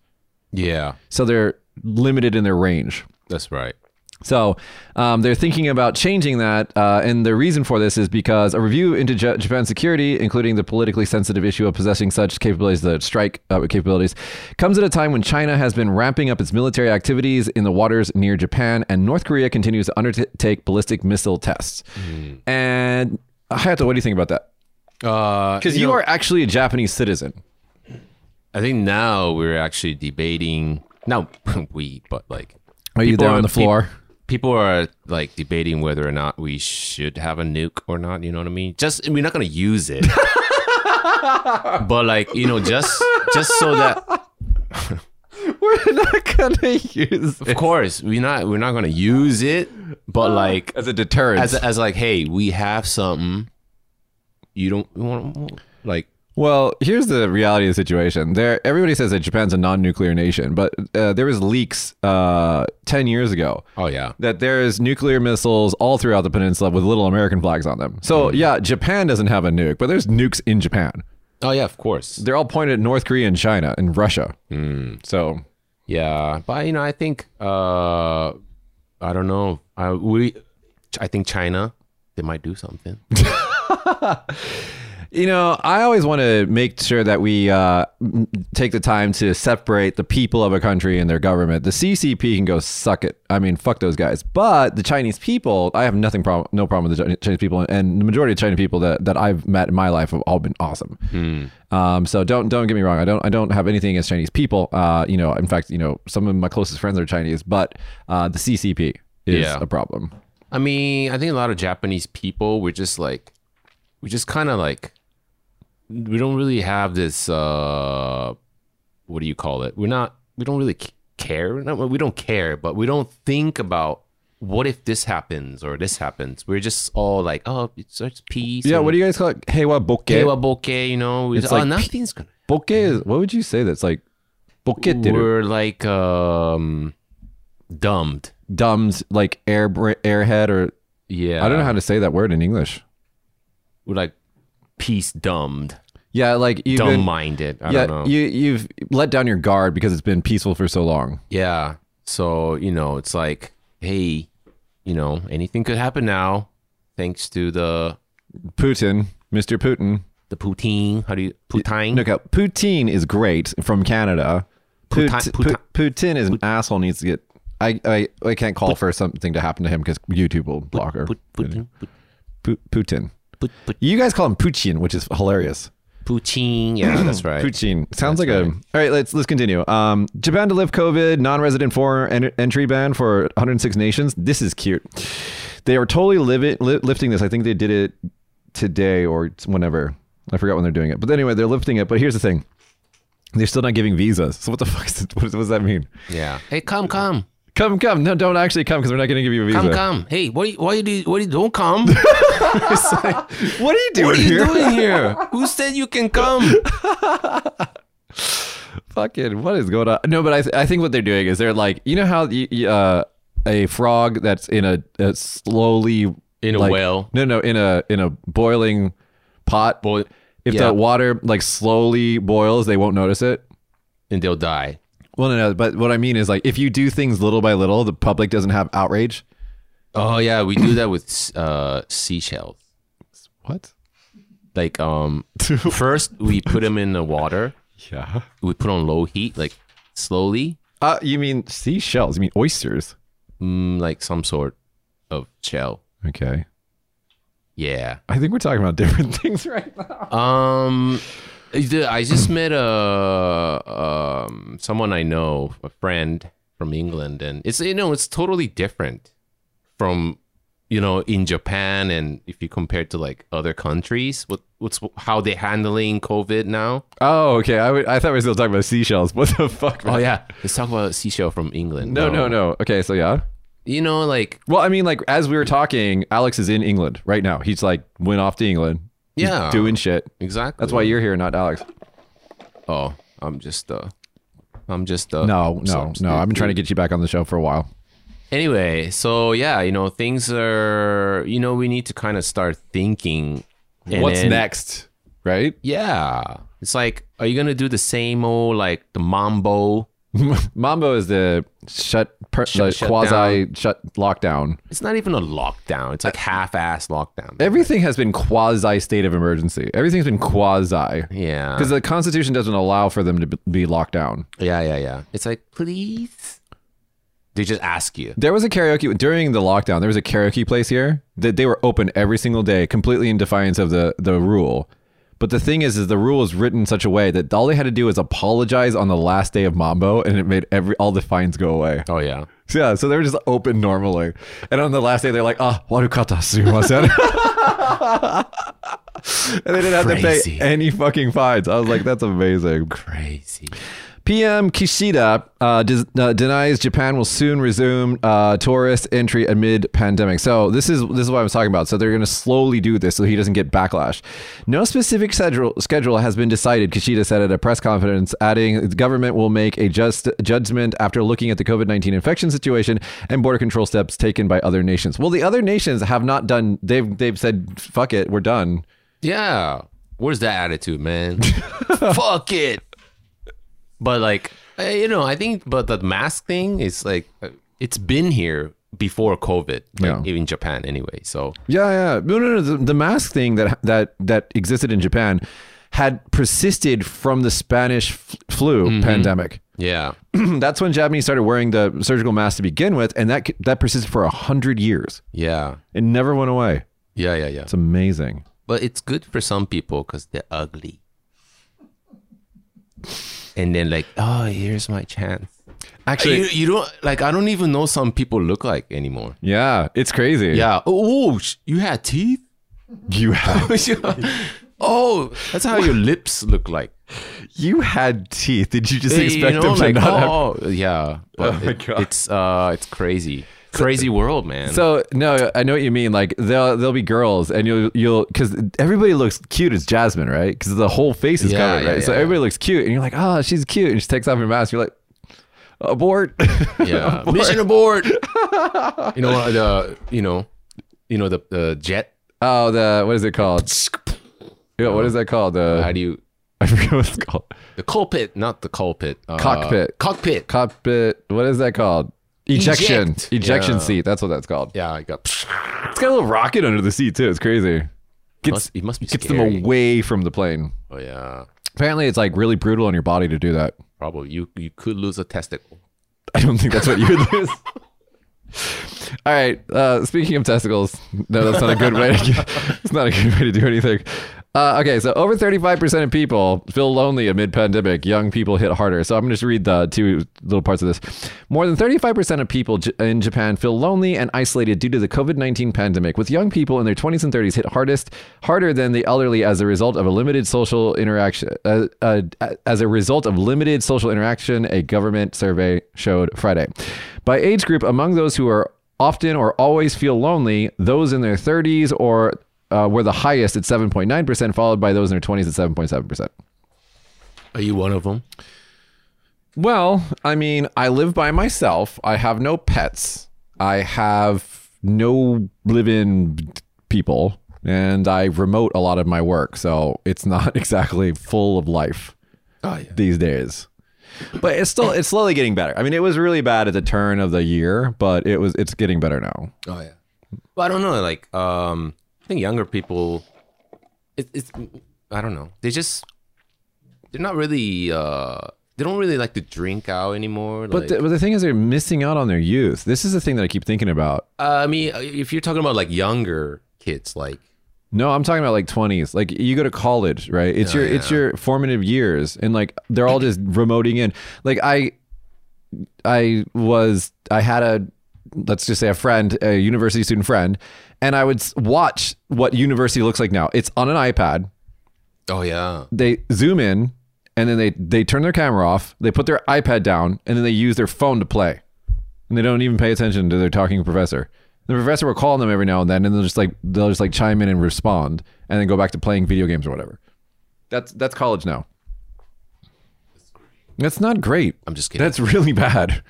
S2: Yeah,
S1: So they're limited in their range.
S2: that's right.
S1: So um, they're thinking about changing that, uh, and the reason for this is because a review into Ja- Japan's security, including the politically sensitive issue of possessing such capabilities, the strike uh, capabilities, comes at a time when China has been ramping up its military activities in the waters near Japan, and North Korea continues to undertake ballistic missile tests. And Hayato, what do you think about that?
S2: Because
S1: Because Uh, you, are actually a Japanese citizen. *laughs*
S2: I think now we're actually debating. Now *laughs* we, but like,
S1: Are you
S2: people
S1: there on the
S2: pe-
S1: floor?
S2: people are like debating whether or not we should have a nuke or not. You know what I mean? Just we're not gonna use it, *laughs* but like you know, just just so that
S1: We're not gonna use
S2: of course we're not we're not gonna use it, but like
S1: as a deterrent.
S2: as as like hey, we have something. You don't you want like
S1: Well, here's the reality of the situation. There, everybody says that Japan's a non-nuclear nation, but uh, there was leaks uh, ten years ago
S2: oh yeah
S1: that there is nuclear missiles all throughout the peninsula with little American flags on them. So yeah, Japan doesn't have a nuke, but there's nukes in Japan.
S2: oh yeah of course
S1: They're all pointed at North Korea and China and Russia. So
S2: Yeah, but you know, I think uh, I don't know. I we, I think China, they might do something.
S1: You know, I always want to make sure that we uh, m- take the time to separate the people of a country and their government. The CCP can go suck it. I mean, fuck those guys. But the Chinese people, I have nothing problem, no problem with the Chi- Chinese people, and the majority of Chinese people that, that I've met in my life have all been awesome. Um, so don't don't get me wrong. I don't I don't have anything against Chinese people. Uh, you know, in fact, you know, some of my closest friends are Chinese, but uh, the CCP is
S2: Yeah.
S1: a problem.
S2: I mean, I think a lot of Japanese people we're just like, we just kind of like, we don't really have this. Uh, what do you call it? We're not. We don't really c- care. Not, we don't care, but we don't think about what if this happens or this happens. We're just all like, oh, it's, it's peace.
S1: Yeah. What do you guys call it? Heiwa boke.
S2: Kewa boke, you know, it's,
S1: It's
S2: oh,
S1: like pe-
S2: nothing's gonna
S1: Boke is what would you say that's like boketeru
S2: We're like um dumbed.
S1: dumbs like air br- airhead or
S2: Yeah.
S1: I don't know how to say that word in English.
S2: We're like peace dumbed.
S1: Yeah, like you've
S2: Dumb
S1: been,
S2: minded. I
S1: yeah
S2: don't know.
S1: you you've let down your guard because it's been peaceful for so long.
S2: yeah. So, you know, it's like, hey, you know, anything could happen now thanks to the
S1: Putin, Mr. Putin.
S2: the poutine. How do you poutine?
S1: Look up Putin is great from Canada. Put-
S2: Putin-
S1: Pu- Putin is an asshole needs to get I, I, I can't call for something to happen to him because YouTube will block her.
S2: Put, poutine. Put,
S1: Pu- Putin.
S2: put, put,
S1: You guys call him Putin, which is hilarious.
S2: poutine. Yeah,
S1: *clears throat*
S2: *clears throat* that's right.
S1: Poutine. Sounds like a. All right, let's let's continue. Um, Japan to lift COVID non-resident foreign en- entry ban for 106 nations. This is cute. They are totally livi- li- lifting this. I think they did it today or whenever. I forgot when they're doing it. But anyway, they're lifting it. But here's the thing. They're still not giving visas. So what the *laughs* fuck is it, what, does- what does that mean?
S2: Yeah. Hey, come, come.
S1: Come, come. No, don't actually come because we're not going to give you a visa.
S2: Come, come. Hey, what do you, why do you, what do you, don't *laughs* come?
S1: What are you doing
S2: What are you
S1: here? *laughs*
S2: doing here? Who said you can come?
S1: Fucking what is going on? No, but I, th- I think what they're doing is they're like, you know how you, you, uh, a frog that's in a, a slowly
S2: *laughs* In a
S1: like-
S2: well.
S1: No, no, in a in a boiling pot.
S2: Boy,
S1: if
S2: yeah.
S1: the water like slowly boils, they won't notice it.
S2: and they'll die.
S1: Well, no, no, but what I mean is like if you do things little by little, the public doesn't have outrage.
S2: Oh yeah, we do that with uh, seashells.
S1: What?
S2: Like um, first we put them in the water.
S1: Yeah.
S2: We put on low heat, like slowly,
S1: Uh, you mean seashells? You mean oysters?
S2: mm, like some sort of shell.
S1: Okay.
S2: Yeah.
S1: *laughs* I think we're talking about different things right now.
S2: Um, Dude, I just met a um, someone I know, a friend from England, and it's you know it's totally different from you know in Japan, and if you compare to like other countries, what what's how they handling COVID now?
S1: Oh, okay. I, w- I thought we were still talking about seashells. What the fuck? man?
S2: Oh yeah, let's talk about seashell from England.
S1: No, no, no. Okay, so yeah.
S2: You know, like
S1: Well, I mean, like as we were talking, Alex is in England right now. He's like went off to England. He's
S2: Yeah.
S1: doing shit.
S2: exactly.
S1: That's why you're here, not Alex.
S2: Oh, I'm just uh, I'm just uh.
S1: No, no,
S2: so-
S1: no. I've been trying to get you back on the show for a while.
S2: anyway so yeah you know things are you know we need to kind of start thinking and
S1: What's
S2: then-
S1: next? Right? *laughs*
S2: yeah it's like are you gonna do the same old like the mambo
S1: Mambo is the shut, per, the
S2: shut
S1: quasi shut lockdown.
S2: it's not even a lockdown it's like half-ass lockdown
S1: Everything has been quasi state of emergency. Everything's been quasi.
S2: yeah
S1: Because the Constitution doesn't allow for them to b- be locked down.
S2: yeah yeah yeah it's like please they just ask you
S1: There was a karaoke during the lockdown. There was a karaoke place here that they were open every single day, completely in defiance of the the rule. But the thing is, is the rule is written in such a way that all they had to do is apologize on the last day of Mambo, and it made every all the fines go away.
S2: oh yeah
S1: So, yeah, so they were just open normally, and on the last day they're like, "Ah, warukata sumimasen," *laughs* and they didn't have
S2: Crazy.
S1: to pay any fucking fines. I was like, "That's amazing."
S2: crazy
S1: PM Kishida uh, des- uh, denies Japan will soon resume uh, tourist entry amid pandemic. So this is this is what I was talking about. So they're going to slowly do this so he doesn't get backlash. No specific schedule schedule has been decided. Kishida said at a press conference, adding, "The government will make a just judgment after looking at the COVID nineteen infection situation and border control steps taken by other nations." Well, the other nations have not done. They've they've said, "Fuck it, we're done."
S2: Yeah. Where's that attitude, man? Fuck it. But like, eh, you know, I think but the mask thing is like uh, it's been here before COVID, like in Japan anyway. So
S1: Yeah, yeah. No, no, no. The, the mask thing that that that existed in Japan had persisted from the Spanish f- flu
S2: Mm-hmm.
S1: pandemic. *clears throat*
S2: yeah.
S1: That's when Japanese started wearing the surgical mask to begin with, and that c- that persisted for a hundred years.
S2: Yeah.
S1: It never went away.
S2: Yeah, yeah, yeah.
S1: It's amazing.
S2: But it's good for some people cuz they're ugly. And then like, oh, here's my chance.
S1: Actually,
S2: You, you don't like I don't even know some people look like anymore.
S1: yeah, it's crazy.
S2: Yeah. Oh, sh- you had teeth?
S1: you *laughs* had
S2: *laughs* oh, that's how your lips look like. *laughs*
S1: you had teeth. Did you just
S2: Hey,
S1: expect
S2: you
S1: them
S2: know,
S1: to
S2: like,
S1: not have?
S2: oh, oh, yeah. But
S1: my
S2: it-
S1: God.
S2: It's uh, it's crazy, crazy world, man.
S1: So no, I know what you mean. Like they'll they'll be girls, and you'll you'll because everybody looks cute as Jasmine, right? Because the whole face is
S2: Yeah,
S1: covered,
S2: yeah,
S1: right? so
S2: yeah.
S1: everybody looks cute, and you're like, oh, she's cute, and she takes off her mask. You're like, abort. *laughs*
S2: yeah, *laughs* mission aboard. you know uh, the you know, you know the the jet.
S1: oh, the what is it called? Yeah, what is that called?
S2: How
S1: The
S2: do you
S1: *laughs* I forget what it's called.
S2: the culpit? Not the culpit. Uh,
S1: Cockpit.
S2: Cockpit.
S1: Cockpit. What is that called? Ejection.
S2: Eject.
S1: Ejection
S2: Yeah.
S1: seat. That's what that's called.
S2: yeah, I got.
S1: It's got a little rocket under the seat too. It's crazy. Gets
S2: Must, it must be
S1: gets them
S2: scary.
S1: away from the plane.
S2: Oh yeah,
S1: Apparently, it's like really brutal on your body to do that.
S2: probably you you could lose a testicle.
S1: I don't think that's what you would lose. All right. Uh, speaking of testicles, no, that's not a good way. To, it's not a good way to do anything. Uh, okay, so over 35% of people feel lonely amid pandemic. Young people hit harder. So I'm going to just read the two little parts of this. More than 35% of people J- in Japan feel lonely and isolated due to the COVID-19 pandemic, with young people in their 20s and 30s hit hardest, harder than the elderly as a result of a limited social interaction. Uh, uh, as a result of limited social interaction, a government survey showed Friday. By age group, among those who are often or always feel lonely, those in their 30s or uh, were the highest at 7.9%, followed by those in their 20s at 7.7%.
S2: Are you one of them?
S1: Well, I mean, I live by myself. I have no pets. I have no live in people. And I remote a lot of my work. So it's not *laughs* exactly full of life
S2: Oh yeah.
S1: these days. But it's still it's slowly getting better. I mean, it was really bad at the turn of the year, but it was it's getting better now.
S2: Oh yeah. Well, I don't know. Like, um, I think younger people, it, it's I don't know. They just they're not really. uh They don't really like to drink out anymore.
S1: But
S2: like, uh,
S1: the, but the thing is, they're missing out on their youth. This is the thing that I keep thinking about.
S2: uh, I mean, if you're talking about like younger kids, like
S1: No, I'm talking about like 20s. Like you go to college, right? It's your it's your formative years, and like they're all just remoting in. Like I, I was I had a let's just say a friend, a university student friend, and I would s- watch what university looks like now. It's on an iPad.
S2: Oh yeah.
S1: They zoom in, and then they they turn their camera off. They put their iPad down, and then they use their phone to play, and they don't even pay attention to their talking professor. The professor will call them every now and then, and they'll just like they'll just like chime in and respond, and then go back to playing video games or whatever. That's that's college now. That's not great.
S2: I'm just kidding.
S1: That's really bad.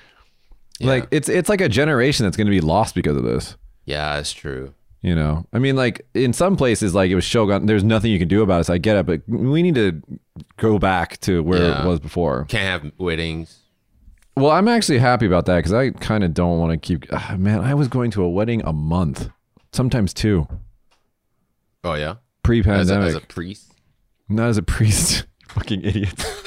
S1: Like it's it's like a generation that's going to be lost because of this.
S2: yeah, it's true.
S1: You know, I mean, like in some places, like it was Shogun. There's nothing you can do about it. So I get it, but we need to go back to where it
S2: Yeah.
S1: was before.
S2: Can't have weddings.
S1: Well, I'm actually happy about that because I kind of don't want to keep. Ah, man, I was going to a wedding a month, sometimes two,
S2: Oh yeah. As a,
S1: pre-pandemic.
S2: as a priest.
S1: Not as a priest, *laughs* fucking idiot.
S2: *laughs*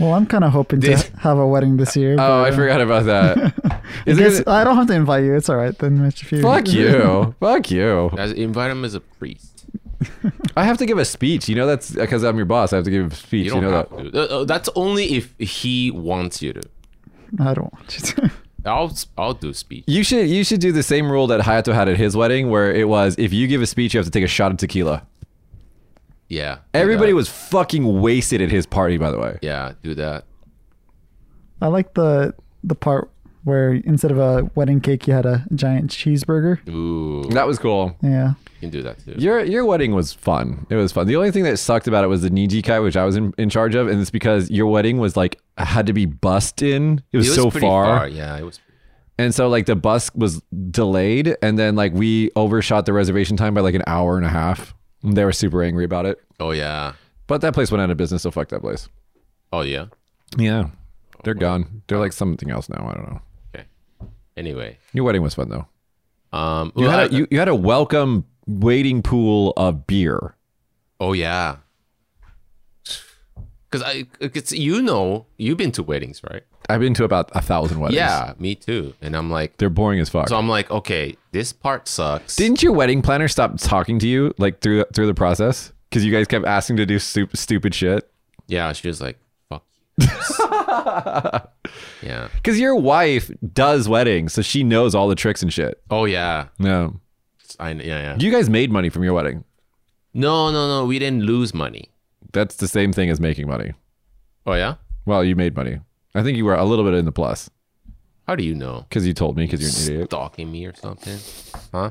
S3: Well, I'm kind of hoping to
S2: Did-
S3: have a wedding this year.
S1: oh,
S3: but,
S1: I
S3: uh,
S1: forgot about
S2: *laughs*
S1: that.
S3: I,
S1: Is it
S3: guess
S1: gonna-
S3: I don't have to invite you. It's all right then, Mitch. If
S2: *laughs*
S3: you *laughs*
S1: fuck you, fuck you.
S2: As, invite him as a priest.
S1: I have to give a speech. You know that's because I'm your boss. I have to give a speech.
S2: You
S1: You,
S2: don't
S1: know that.
S2: have to. Uh, uh, that's only if he wants you to.
S3: I don't want you to. *laughs*
S2: I'll I'll do speech.
S1: You should you should do the same rule that Hayato had at his wedding, where it was if you give a speech, you have to take a shot of tequila.
S2: Yeah. do
S1: Everybody
S2: that.
S1: was fucking wasted at his party, by the way.
S2: Yeah, do that.
S3: I like the the part where instead of a wedding cake, you had a giant cheeseburger.
S2: Ooh, you
S1: That was cool.
S3: Yeah.
S2: can do that too.
S1: Your your wedding was fun. It was fun. The only thing that sucked about it was the Nijikai, which I was in, in charge of, and it's because your wedding was like had to be bussed in. It was, so
S2: pretty
S1: far.
S2: Yeah, it was.
S1: And so like the bus was delayed and then like we overshot the reservation time by like an hour and a half. And They were super angry about it.
S2: Oh yeah.
S1: But that place went out of business, so fuck that place.
S2: Oh yeah.
S1: Yeah. They're gone. They're like something else now. I don't know.
S2: Okay. Anyway,
S1: Your wedding was fun though.
S2: um,
S1: You
S2: well,
S1: had a,
S2: I-
S1: you, you had a welcome waiting pool of beer.
S2: oh yeah. Because I, cause you know, you've been to weddings, right?
S1: I've been to about a thousand weddings.
S2: Yeah, me too. And I'm like,
S1: They're boring as fuck.
S2: so I'm like, okay, this part sucks.
S1: Didn't your wedding planner stop talking to you like through through the process? Because you guys kept asking to do stup- stupid shit.
S2: yeah, she was like, fuck.
S1: *laughs*
S2: you. yeah.
S1: Because your wife does weddings, so she knows all the tricks and shit.
S2: Oh yeah.
S1: No,
S2: I yeah yeah.
S1: you guys made money from your wedding.
S2: No no no, we didn't lose money.
S1: That's the same thing as making money.
S2: Oh yeah.
S1: Well, you made money. I think you were a little bit in the plus
S2: How do you know?
S1: because you told me because you're an idiot.
S2: Stalking me or something? Huh?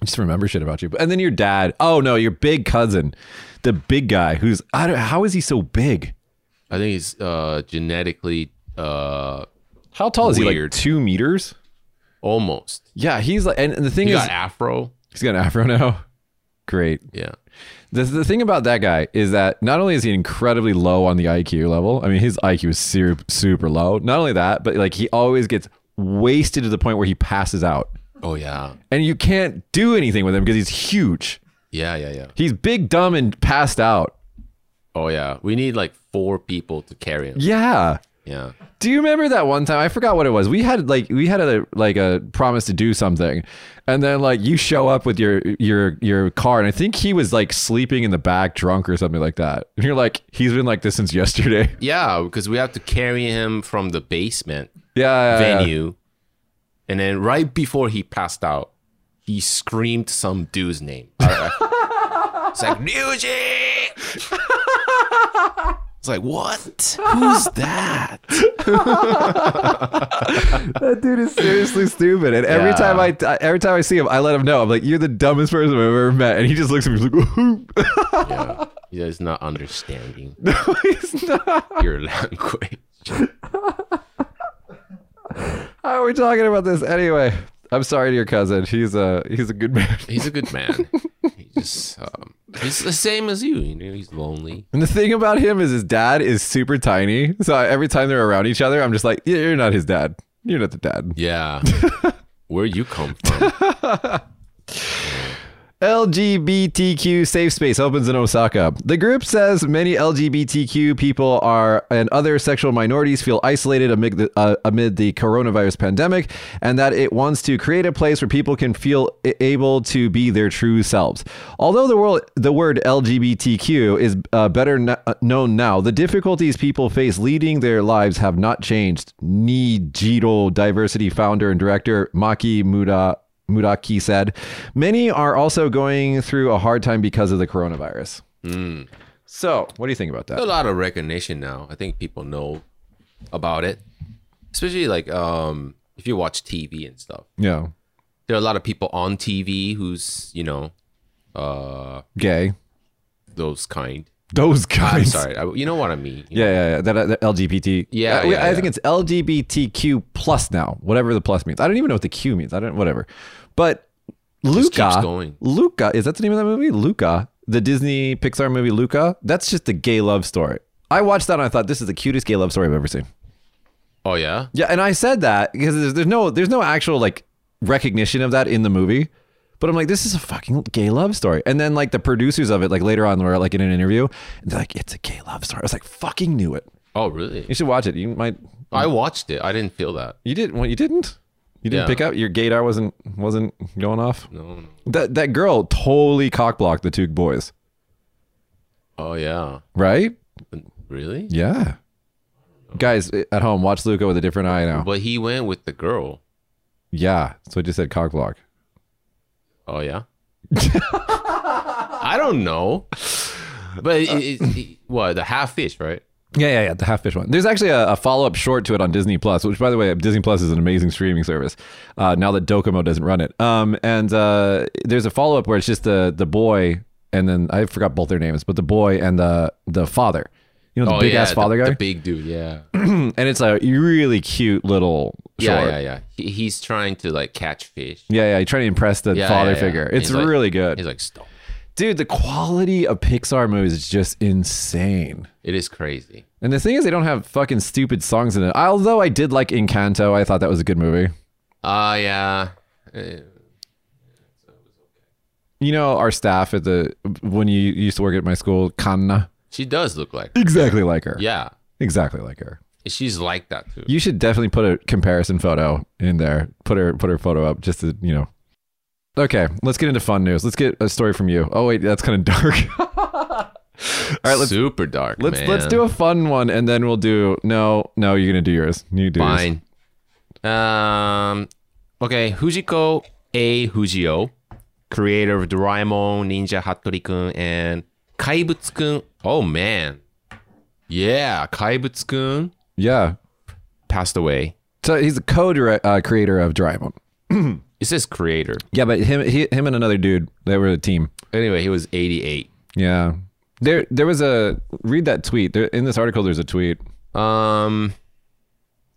S1: I just remember shit about you. But and then your dad. Oh no, your big cousin, the big guy who's I don't, how is he so big?
S2: I think he's uh, genetically uh,
S1: How tall is he? Like
S2: Weird.
S1: two meters?
S2: almost.
S1: Yeah, he's like. And, and the thing
S2: He
S1: is,
S2: got afro.
S1: he's got an afro now. *laughs* Great.
S2: Yeah.
S1: The, the thing about that guy is that not only is he incredibly low on the IQ level, I mean his IQ is super, super low. Not only that, but like he always gets wasted to the point where he passes out,
S2: Oh yeah.
S1: and you can't do anything with him because he's huge.
S2: Yeah yeah yeah.
S1: He's big, dumb, and passed out.
S2: Oh yeah. We need like four people to carry him.
S1: Yeah.
S2: Yeah.
S1: Do you remember that one time? I forgot what it was. We had like we had a like a promise to do something, and then like you show up with your your your car, and I think he was like sleeping in the back, drunk or something like that. And you're like, he's been like this since yesterday. *laughs*
S2: Yeah, because we have to carry him from the basement
S1: Yeah, yeah, yeah.
S2: venue, and then right before he passed out, he screamed some dude's name. it's like music. it's like what? Who's that?
S1: That dude is seriously stupid. And every
S2: Yeah.
S1: time I every time I see him, I let him know. I'm like, you're the dumbest person I've ever met. And he just looks at me he's like, *laughs*
S2: Yeah, he is not *laughs* understanding
S1: no, he's not.
S2: your language.
S1: How are we talking about this anyway? I'm sorry to your cousin. He's a he's a good man.
S2: He's a good man. He just um, he's the same as you. You know, he's lonely.
S1: And the thing about him is his dad is super tiny. So I- every time they're around each other, I'm just like, "Yeah, you're not his dad. You're not the dad.
S2: Yeah. Where you come from?
S1: LGBTQ safe space opens in Osaka. The group says many LGBTQ people are and other sexual minorities feel isolated amid the, uh, amid the coronavirus pandemic, and that it wants to create a place where people can feel i- able to be their true selves. Although the world, the word LGBTQ is uh, better kn- uh, known now, the difficulties people face leading their lives have not changed. Nijiro Diversity founder and director Maki Muda. Mudaki said. Many are also going through a hard time because of the coronavirus.
S2: Hmm.
S1: So, what do you think about
S2: *laughs* a
S1: that?
S2: lot of recognition now. I think people know about it, especially like um, if you watch TV and stuff.
S1: Yeah.
S2: There are a lot of people on TV who's you know, uh,
S1: Gay.
S2: those kind.
S1: Those
S2: I'm
S1: guys.
S2: sorry, I, you know what I mean.
S1: Yeah, yeah, yeah. That, uh, that LGBT.
S2: Yeah,
S1: Uh, we-
S2: yeah,
S1: I
S2: yeah.
S1: think it's LGBTQ plus now, whatever the plus means. I don't even know what the Q means. I don't, whatever. But Luca,
S2: keeps going.
S1: Luca, is that the name of that movie? Luca, the Disney Pixar movie Luca. That's just a gay love story. I watched that and I thought this is the cutest gay love story I've ever seen.
S2: Oh yeah.
S1: Yeah, and I said that because there's, there's no there's no actual like recognition of that in the movie. But I'm like, this is a fucking gay love story. And then like the producers of it, like later on, were like in an interview, and they're like, it's a gay love story. I was like, fucking knew it.
S2: Oh really?
S1: You should watch it. You might
S2: I watched it. I didn't feel that.
S1: you didn't well, you didn't you didn't
S2: Yeah.
S1: pick up your gaydar wasn't wasn't going off.
S2: No. no.
S1: That that girl totally cockblocked the two boys,
S2: Oh yeah.
S1: right?
S2: Really?
S1: Yeah. Guys at home, watch Luca with a different eye now.
S2: But he went with the girl.
S1: Yeah, so I just said cockblock.
S2: Oh yeah. I don't know. But it, it, it- what the half fish, right?
S1: Yeah, yeah, yeah. The half fish one. There's actually a, a follow up short to it on Disney Plus, which, by the way, Disney Plus is an amazing streaming service. Uh, now that Docomo doesn't run it, um, and uh, there's a follow up where it's just the the boy and then I forgot both their names, but the boy and the the father. You know the
S2: oh
S1: big
S2: yeah,
S1: ass father
S2: the,
S1: guy,
S2: the big dude. Yeah.
S1: and it's a really cute little short.
S2: Yeah, yeah, yeah. He, he's trying to like catch fish.
S1: Yeah, yeah, you're trying to impress the
S2: Yeah,
S1: father
S2: yeah, yeah.
S1: figure. It's
S2: He's like-
S1: really good,
S2: He's like, stop.
S1: dude. The quality of Pixar movies is just insane.
S2: It is crazy.
S1: And the thing is, they don't have fucking stupid songs in it. Although I did like Encanto, I thought that was a good movie.
S2: Ah, yeah. Eh,
S1: You know, our staff at the when you used to work at my school, Kanna,
S2: She does look like.
S1: exactly like her.
S2: Yeah,
S1: exactly like her.
S2: she's like that too.
S1: You should definitely put a comparison photo in there. Put her put her photo up just to you know. Okay, let's get into fun news. Let's get a story from you. Oh wait, that's kind of dark. *laughs* All right, let's
S2: Super dark.
S1: let's let's do a fun one, and then we'll do no no. You're gonna do yours. You do yours.
S2: fine. Um. Okay, Fujiko A. Fujio, creator of Doraemon, Ninja Hattori-kun, and Kaibutsu-kun. Oh man, yeah, Kaibutsu-kun
S1: Yeah.
S2: passed away.
S1: So he's a co-creator uh, creator of Doraemon.
S2: It says creator.
S1: Yeah, but him he, him and another dude they were a team.
S2: Anyway, he was 88.
S1: Yeah. There there was a read that tweet. There, in this article there's a tweet.
S2: Um,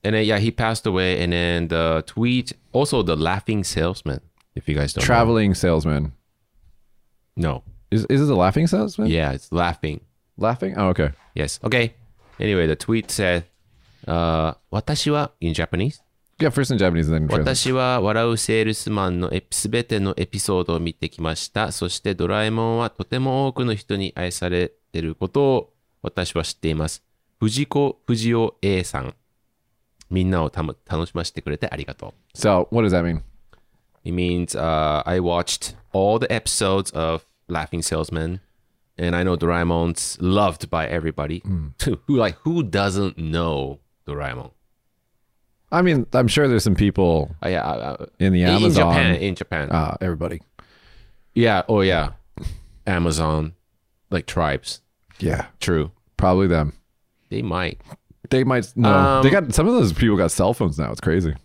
S2: and then yeah, he passed away. And then the tweet, also the laughing salesman. If you guys don't
S1: Traveling salesman.
S2: know.
S1: Is is this a laughing salesman?
S2: no, yeah, it's laughing.
S1: Laughing? Oh, okay.
S2: Yes. Okay. Anyway, the tweet said, uh, "Watashi wa" in Japanese.
S1: Yeah, first in Japanese and then translate.
S2: 私は笑うセールスマンのエピすべてのエピソードを見てきました。そしてドラえもんはとても多くの人に愛されていることを私は知っています。藤子不二雄 A さん。みんなをたま楽しませてくれてありがとう。
S1: So what does that mean?
S2: It means uh, I watched all the episodes of Laughing Salesman, and I know Doraemon's loved by everybody. *laughs* who like who doesn't know Doraemon?
S1: I mean, I'm sure there's some people
S2: Uh, yeah, uh, uh,
S1: in the
S2: in
S1: Amazon.
S2: Japan, in Japan.
S1: Uh, everybody.
S2: yeah, oh yeah, *laughs* Amazon, like tribes.
S1: Yeah,
S2: True,
S1: probably them.
S2: they might.
S1: They might no.
S2: Um,
S1: they got some of those people got cell phones now. It's crazy.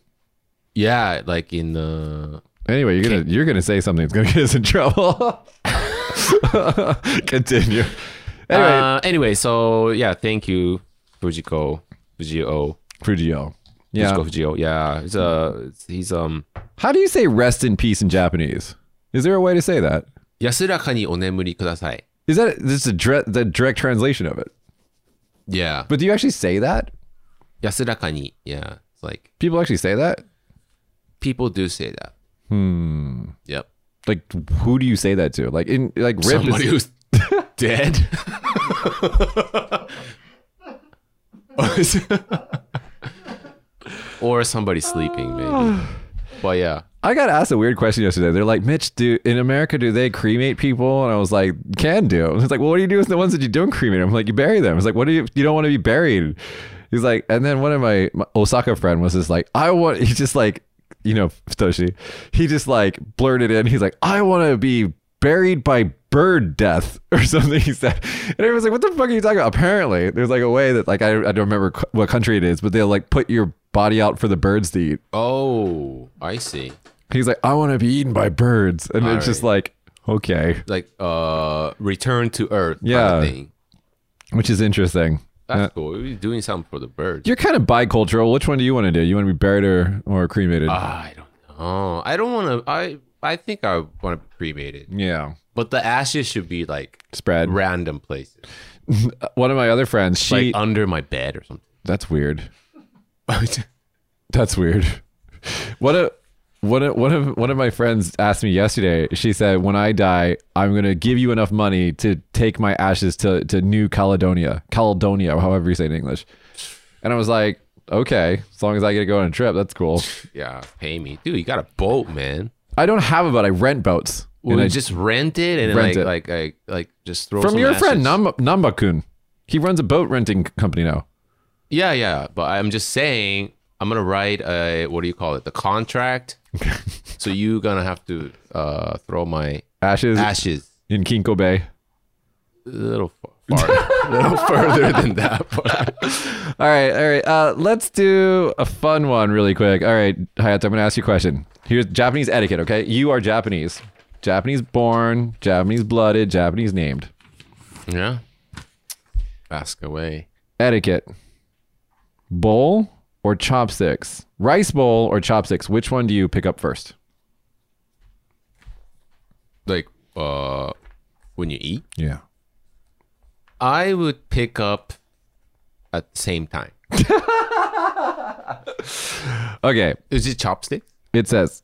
S2: Yeah, like in uh, the
S1: Anyway, you're gonna you're gonna say something that's gonna *laughs* get us in trouble. *laughs* Continue. Anyway,
S2: Uh, anyway, so yeah, thank you, Fujiko, Fujio,
S1: Frugio. Yeah.
S2: Fujiko Fujio. Yeah, he's uh, he's um.
S1: How do you say rest in peace in Japanese? Is there a way to say that?
S2: 安らかにお眠りください。
S1: Is that this is a dire- the direct translation of it?
S2: Yeah.
S1: But do you actually say that?
S2: 安らかに yeah it's like
S1: People actually say that?
S2: people do say that hmm yep
S1: Like, who do you say that to? Like, in like Rip
S2: Somebody
S1: is
S2: who's *laughs* dead.
S1: *laughs*
S2: Or is- or somebody
S1: *sighs*
S2: sleeping, maybe. But yeah,
S1: I got asked a weird question yesterday. They're like, Mitch, do in America do they cremate people? And I was like, can do. *laughs* It's like, well, what do you do with the ones that you don't cremate? I'm like, you bury them. It's like, what do you? You don't want to be buried. He's like, and then one of my, my Osaka friend was just like, I want. He's just like, you know, Futoshi. He just like blurted in. He's like, I want to be buried by bird death *laughs* or something. He said, and everyone's like, what the fuck are you talking about? Apparently, there's like a way that like I, I don't remember cu- what country it is, but they'll like put your body out for the birds to eat.
S2: oh, I see.
S1: He's like, I want to be eaten by birds, and it's just like, okay,
S2: Like uh, return to Earth. kind
S1: Yeah.
S2: of thing.
S1: which is interesting. Uh,
S2: that's cool. We're doing something for the birds.
S1: You're kind of bicultural. Which one do you want to do? You want to be buried or, or cremated?
S2: I don't know. I don't want to. I I think I want to be cremated,
S1: yeah,
S2: but the ashes should be like
S1: spread.
S2: random places,
S1: one of my other friends, she.
S2: like under my bed or
S1: that's weird. *laughs*
S2: something.
S1: That's weird. What a. One of, one of one of my friends asked me yesterday. She said, "When I die, I'm gonna give you enough money to take my ashes to, to New Caledonia, Caledonia, however you say it in English." And I was like, "Okay, as long as I get to go on a trip, that's cool."
S2: yeah, pay me, dude. You got a boat, man.
S1: I don't have a boat. I rent boats.
S2: Well,
S1: And I-
S2: just rent it and
S1: Rent
S2: like,
S1: it.
S2: like like like just throw
S1: from
S2: some
S1: your
S2: ashes.
S1: friend Nam- Nambakun. He runs a boat renting c- company now.
S2: Yeah, yeah. But I'm just saying, I'm gonna write a what do you call it? The contract. *laughs* so you gonna have to uh throw my
S1: Ashes
S2: ashes
S1: in Kinko Bay.
S2: a little *laughs* far, a little further than that. *laughs* But
S1: All right, all right. Uh, let's do a fun one really quick. All right, Hayato, I'm going to ask you a question. Here's Japanese etiquette, okay? You are Japanese. Japanese born, Japanese blooded, Japanese named.
S2: yeah, ask away.
S1: Etiquette bowl or chopsticks? Rice bowl or chopsticks? Which one do you pick up first?
S2: like uh when you eat
S1: Yeah.
S2: i would pick up at the same time
S1: Okay,
S2: is it chopstick
S1: It says,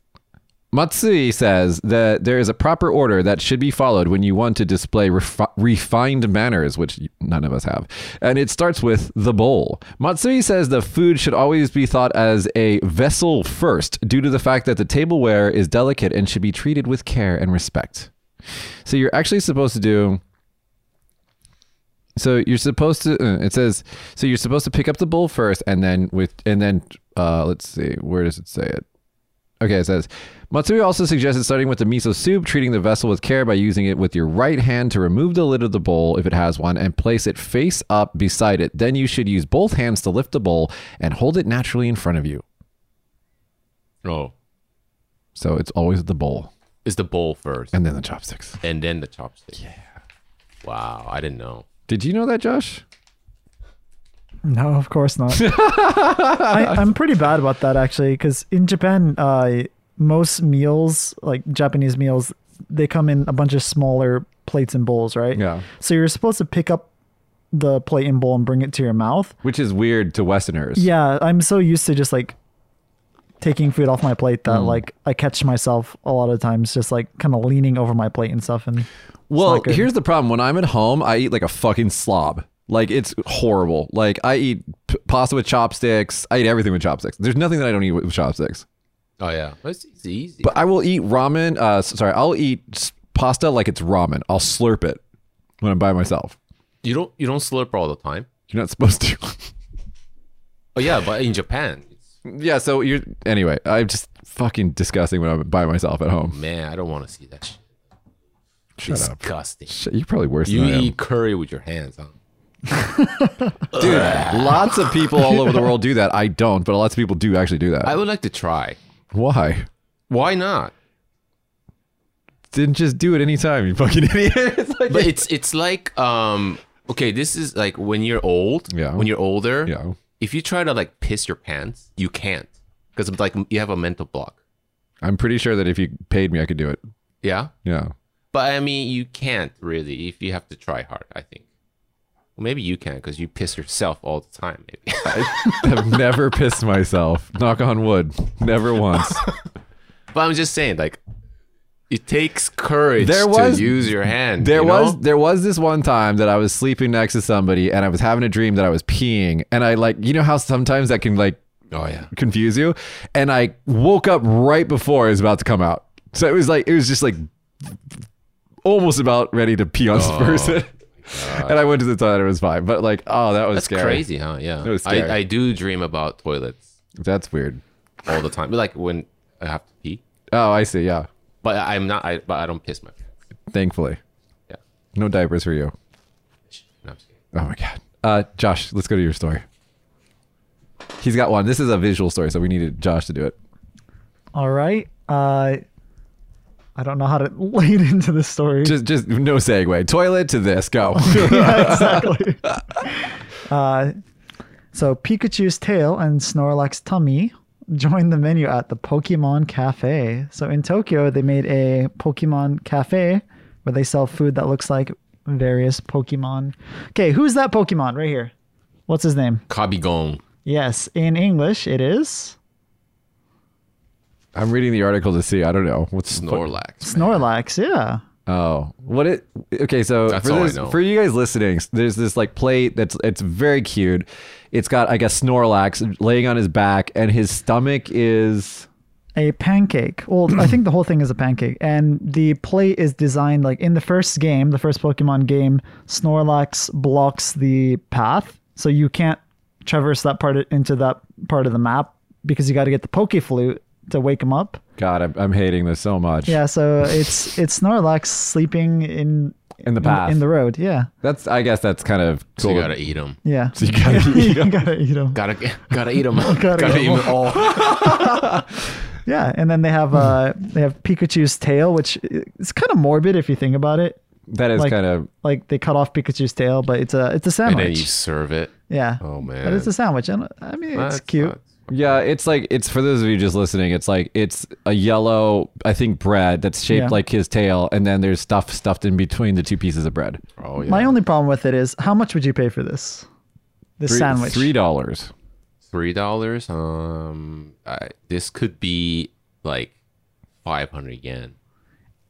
S1: Matsui says that there is a proper order that should be followed when you want to display refi- refined manners, which none of us have. And it starts with the bowl. Matsui says the food should always be thought as a vessel first, due to the fact that the tableware is delicate and should be treated with care and respect. So you're actually supposed to do. So you're supposed to. uh, It says so you're supposed to pick up the bowl first, and then with and then uh, let's see where does it say it. Okay, it says Matsui also suggested starting with the miso soup, treating the vessel with care by using it with your right hand to remove the lid of the bowl if it has one, and place it face up beside it. Then you should use both hands to lift the bowl and hold it naturally in front of you.
S2: no
S1: So it's always the bowl
S2: it's the bowl first
S1: and then the chopsticks.
S2: and then the chopstick yeah wow i didn't know
S1: Did you know that, Josh?
S3: No, of course not. I, I'm pretty bad about that actually, because in Japan, uh, most meals, like Japanese meals, they come in a bunch of smaller plates and bowls, right?
S1: Yeah.
S3: So you're supposed to pick up the plate and bowl and bring it to your mouth.
S1: Which is weird to Westerners.
S3: Yeah, I'm so used to just like taking food off my plate that like I catch myself a lot of times just like kind of leaning over my plate and stuff and
S1: Well,
S3: not good.
S1: here's the problem. When I'm at home, I eat like a fucking slob. Like it's horrible. Like I eat p- pasta with chopsticks. I eat everything with chopsticks. There's nothing that I don't eat with chopsticks.
S2: oh yeah it's, it's easy
S1: But I will eat ramen. Uh, s- sorry, I'll eat s- pasta like it's ramen. I'll slurp it when I'm by myself.
S2: you don't you don't slurp all the time
S1: You're not supposed to. *laughs*
S2: oh yeah but in japan it's,
S1: yeah. So you're anyway. I'm just fucking disgusting when I'm by myself at home.
S2: man i don't want to see that shit.
S1: Shut up.
S2: disgusting
S1: Shit, You're probably worse
S2: you
S1: than I am.
S2: eat curry with your hands huh
S1: Dude, lots of people all over the world do that. I don't, but lots of people do actually do that.
S2: i would like to try
S1: Why?
S2: why not
S1: Didn't just do it anytime, you fucking *laughs* idiot. It's like-
S2: but it's it's like um okay this is like when you're old
S1: Yeah.
S2: when you're older
S1: Yeah.
S2: if you try to like piss your pants you can't because like you have a mental block
S1: I'm pretty sure that if you paid me, I could do it.
S2: yeah
S1: Yeah.
S2: but i mean you can't really if you have to try hard i think well, maybe you can because you piss yourself all the time maybe *laughs*
S1: I've never pissed myself. Knock on wood. Never once.
S2: but i'm just saying like it takes courage
S1: There was-
S2: to use your hand.
S1: There
S2: you
S1: was
S2: know?
S1: there was this one time that I was sleeping next to somebody and I was having a dream that I was peeing and I like you know how sometimes that can like
S2: Oh yeah.
S1: confuse you and I woke up right before it was about to come out. So it was like it was just like almost about ready to pee on
S2: Oh,
S1: this person. *laughs* and I went to the toilet, it was fine. But like, oh that was
S2: That's
S1: scary.
S2: crazy, huh? Yeah.
S1: was scary.
S2: I, I do dream about toilets
S1: That's weird.
S2: all the time. Like when I have to pee.
S1: Oh, I see, yeah.
S2: But I'm not I but I don't piss my pants.
S1: Thankfully.
S2: Yeah.
S1: No diapers for you.
S2: No, I'm just kidding.
S1: Oh my god. Uh, Josh, let's go to your story. He's got one. This is a visual story, so we needed Josh to do it.
S3: All right. Uh, I don't know how to *laughs* lead into this story.
S1: *laughs* Just, just no segue. Toilet to this. Go.
S3: yeah, exactly. *laughs* uh, so Pikachu's tail and Snorlax's tummy joined the menu at the Pokemon Cafe. So in Tokyo, they made a Pokemon Cafe where they sell food that looks like various Pokemon. Okay, who's that Pokemon right here? What's his name?
S2: Kabigong.
S3: Yes, in English it is
S1: I'm reading the article to see. I don't know what's
S2: Snorlax.
S3: Snorlax. Yeah.
S1: Oh, what it? Okay, so
S2: That's
S1: for,
S2: all I
S1: this-
S2: know.
S1: for you guys listening, there's this like plate that's it's very cute. It's got I guess Snorlax laying on his back, and his stomach is
S3: a pancake. Well, I think the whole thing is a pancake, and the plate is designed like in the first game, the first Pokemon game. Snorlax blocks the path, so you can't traverse that part into that part of the map because you got to get the Poke Flute to wake him up.
S1: God. I'm, I'm hating this so much.
S3: Yeah, so it's it's Snorlax sleeping in
S1: In the path.
S3: in, the road. Yeah,
S1: That's I guess that's kind of
S2: So
S1: cool. *laughs*
S2: you gotta eat them.
S3: yeah. *laughs*
S1: you gotta eat
S3: you gotta eat
S2: *laughs*
S3: 'em.
S2: Gotta gotta eat them.
S3: Gotta eat 'em
S2: all.
S3: Yeah, and then they have uh they have Pikachu's tail, which it's kind of morbid if you think about it.
S1: that is
S3: like-
S1: kind of
S3: like they cut off Pikachu's tail, but it's a it's a
S2: And then you
S3: sandwich.
S2: serve it.
S3: yeah,
S2: Oh man.
S3: but it's a sandwich, and I mean it's
S2: That's
S3: cute.
S2: not-
S1: Yeah, it's like it's for those of you just listening. It's like it's a yellow, I think, bread that's shaped
S3: Yeah.
S1: like his tail, and then there's stuff stuffed in between the two pieces of bread.
S2: Oh yeah.
S3: My only problem with it is how much would you pay for this this
S1: Three,
S3: sandwich?
S1: three dollars.
S2: three dollars. Um, I, this could be like five hundred yen.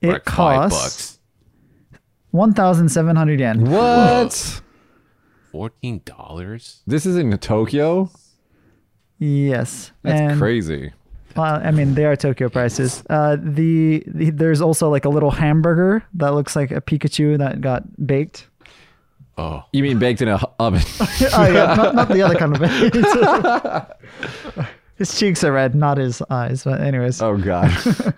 S3: it
S2: like five
S3: costs
S2: bucks.
S3: one thousand seven hundred yen.
S1: What?
S2: Fourteen dollars.
S1: This is in Tokyo.
S3: Yes,
S1: That's
S3: and,
S1: crazy.
S3: Well, I mean they are Tokyo prices. Uh, the, the there's also like a little hamburger that looks like a Pikachu that got baked. *laughs*
S2: Oh,
S1: You mean baked in a h- oven?
S3: oh yeah, not, not the other kind of baked. *laughs*
S2: *laughs*
S3: his cheeks are red, not his eyes. But anyways,
S1: oh god.
S2: Is-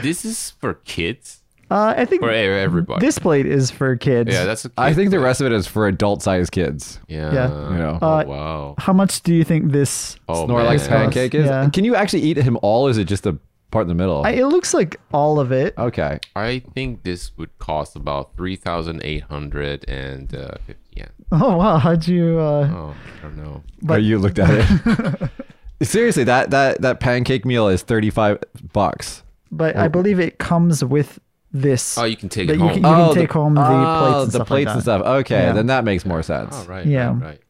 S2: this is for kids
S3: uh, I think
S2: for e- everybody.
S3: This plate is for kids.
S2: yeah, that's. A kid.
S1: *laughs* I think the rest of it is for adult-sized kids.
S2: Yeah.
S3: Yeah.
S1: You know,
S2: Oh
S3: Uh,
S2: wow.
S3: How much do you think this?
S2: Oh
S1: Snorlax
S2: man.
S1: pancake is.
S3: Yeah.
S1: Can you actually eat him all? Or is it just the part in the middle?
S3: I, it looks like all of
S2: Uh,
S3: it.
S1: okay.
S2: I think this would cost about three thousand eight hundred and uh, fifty yen.
S3: *laughs* Oh wow, how'd you? Uh,
S2: Oh, I don't know.
S1: But
S3: But-
S1: you looked at
S3: *laughs*
S1: it. Seriously, that that that pancake meal is thirty-five bucks.
S3: but I believe it comes with this.
S2: Oh, you can take
S3: that
S2: it
S3: you
S2: home.
S3: can, you can take home the
S1: oh,
S3: plates and
S1: the
S3: stuff
S1: plates
S3: like
S1: and stuff.
S3: that.
S1: Okay,
S3: Yeah.
S1: then that makes more sense.
S2: oh, right.
S3: Yeah.
S2: Yeah. Right. right,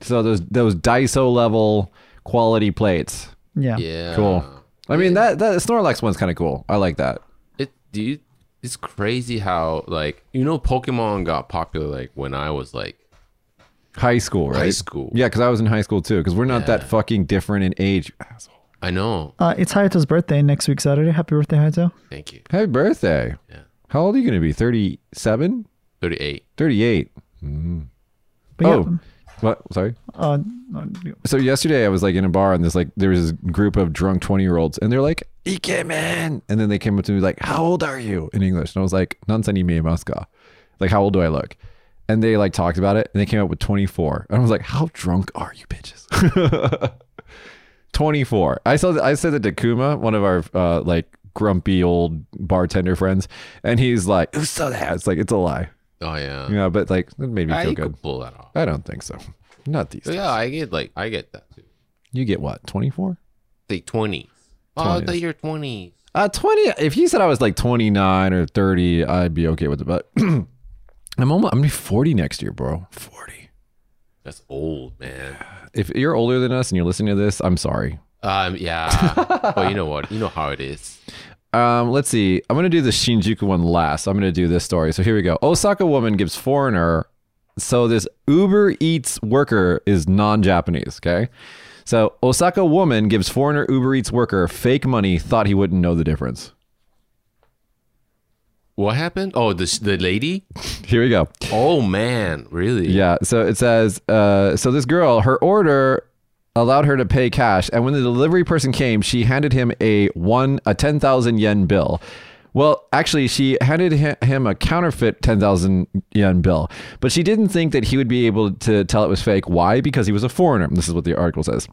S1: So those those Daiso level quality plates.
S3: Yeah.
S2: right. Yeah.
S1: Cool.
S2: Uh,
S1: I mean that that Snorlax one's kind of cool. I like that.
S2: it dude it's crazy how like you know pokemon got popular like when i was like
S1: High school, right?
S2: High school.
S1: Yeah, because I was in high school too. Because we're not that fucking different in age. Asshole.
S2: i know
S3: Uh, it's Hayato's birthday next week Saturday. Happy birthday, Hayato!
S2: thank you
S1: Happy birthday!
S2: Yeah.
S1: How old are you gonna be? 37?
S2: 38
S1: 38?
S3: But
S1: oh, what? Sorry.
S3: yeah, uh, no, you-
S1: So yesterday I was like in a bar and this like there was this group of drunk 20 year olds and they're like Ike man and then they came up to me like how old are you in English and I was like Nansanime Moscow like how old do I look and they like talked about it and they came up with 24 and I was like how drunk are you bitches *laughs* 24 I saw that, I said that to Kuma one of our uh, like grumpy old bartender friends and he's like who saw that it's like it's a lie
S2: oh yeah,
S1: you know but like it made me
S2: i
S1: feel
S2: could
S1: good
S2: pull that off
S1: I don't think so not these
S2: So, yeah i get like i get that too
S1: you get what 24
S2: the 20s oh
S1: 20s.
S2: the year 20s
S1: Uh, twenty. If you said I was like twenty nine or thirty, I'd be okay with it. But *clears throat* I'm almost. I'm gonna be forty next year, bro. Forty.
S2: that's old man
S1: If you're older *laughs* than us and you're listening to this, I'm sorry.
S2: um yeah but you know what you know how it is
S1: Um, let's see. I'm going to do the Shinjuku one last. I'm going to do this story. So here we go. Osaka woman gives foreigner. So this Uber Eats worker is non Japanese. Okay. So Osaka woman gives foreigner Uber Eats worker fake money, thought he wouldn't know the difference.
S2: What happened? Oh, the the lady.
S1: Here we go.
S2: Oh man, really?
S1: Yeah. So it says, uh, so this girl, her order allowed her to pay cash, and when the delivery person came, she handed him a one a ten thousand yen bill. Well, actually, she handed hi- him a counterfeit ten thousand yen bill, but she didn't think that he would be able to tell it was fake. Why? Because he was a foreigner. This is what the article says.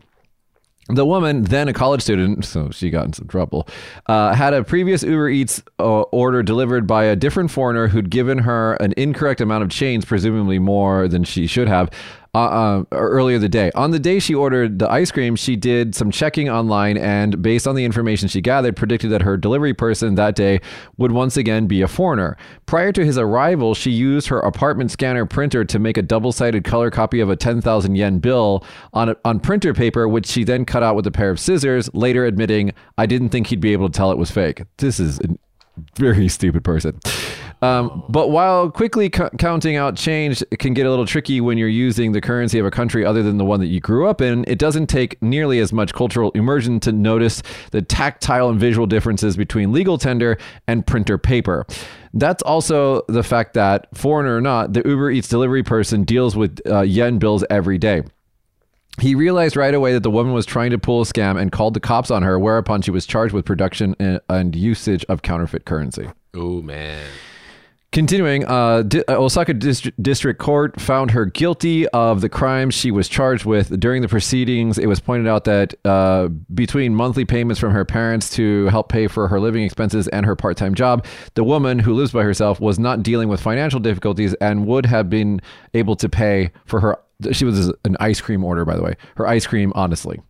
S1: The woman, then a college student, so she got in some trouble, uh, had a previous Uber Eats uh, order delivered by a different foreigner who'd given her an incorrect amount of change, presumably more than she should have, uh, uh, earlier the day. On the day she ordered the ice cream, she did some checking online and, based on the information she gathered, predicted that her delivery person that day would once again be a foreigner. Prior to his arrival, she used her apartment scanner printer to make a double sided color copy of a 10,000 yen bill on, a, on printer paper, which she then cut out with a pair of scissors, later admitting, I didn't think he'd be able to tell it was fake. This is an very stupid person. Um, but while quickly c- counting out change can get a little tricky when you're using the currency of a country other than the one that you grew up in, it doesn't take nearly as much cultural immersion to notice the tactile and visual differences between legal tender and printer paper. That's also the fact that, foreigner or not, the Uber Eats delivery person deals with uh, yen bills every day. He realized right away that the woman was trying to pull a scam and called the cops on her, whereupon she was charged with production and, and usage of counterfeit currency.
S2: Oh man.
S1: Continuing, uh, Di- uh, Osaka Dist- District Court found her guilty of the crimes she was charged with. During the proceedings, it was pointed out that uh, between monthly payments from her parents to help pay for her living expenses and her part time job, the woman who lives by herself was not dealing with financial difficulties and would have been able to pay for her. She was an ice cream order, by the way, her ice cream, honestly.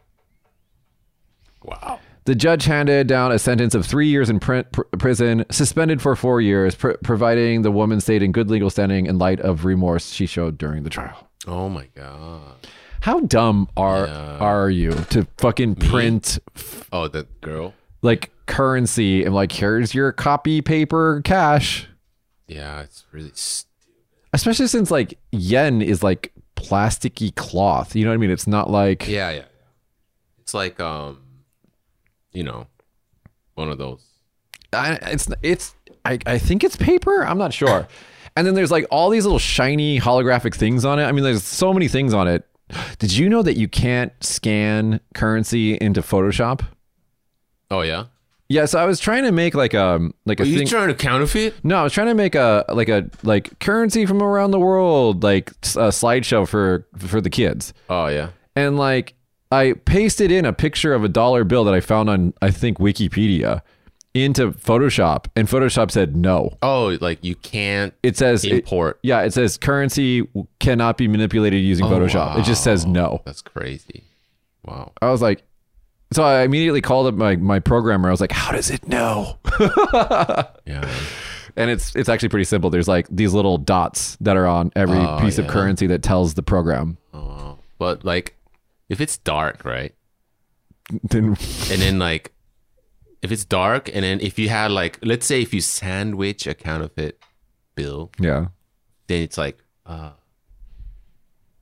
S2: Wow.
S1: The judge handed down a sentence of three years in pr- pr- prison, suspended for four years, pr- providing the woman stayed in good legal standing in light of remorse she showed during the trial.
S2: Oh my god.
S1: How dumb are
S2: Yeah.
S1: are you to fucking print f-
S2: Oh, the girl.
S1: like currency and like here's your copy paper cash,
S2: Yeah, it's really. St-
S1: especially since like yen is like plasticky cloth. You know what I mean? It's not like
S2: yeah, yeah. It's like um, you know, one of those.
S1: I, it's it's I, I think it's paper. I'm not
S2: *laughs*
S1: sure. And then there's like all these little shiny holographic things on it. I mean, there's so many things on it. Did you know that you can't scan currency into Photoshop?
S2: Oh yeah.
S1: Yeah, so I was trying to make like um like a
S2: Are you
S1: thing.
S2: trying to counterfeit?
S1: no, I was trying to make a like a like currency from around the world like s- a slideshow for for the kids.
S2: Oh yeah.
S1: And like I pasted in a picture of a dollar bill that I found on I think Wikipedia into Photoshop, and Photoshop said no.
S2: Oh, like you can't
S1: It says it-
S2: import.
S1: Yeah, it says currency w- cannot be manipulated using Photoshop. It just says no.
S2: That's crazy. Wow.
S1: I was like, so I immediately called up my, my programmer. I was like, how does it know? *laughs*
S2: Yeah.
S1: And it's it's actually pretty simple. There's like these little dots that are on every piece of currency that tells the program. *laughs*
S2: Oh, wow. But like, if it's dark, right?
S1: Then
S2: and then like if it's dark and then if you had like let's say if you sandwich a counterfeit bill
S1: yeah,
S2: then it's like uh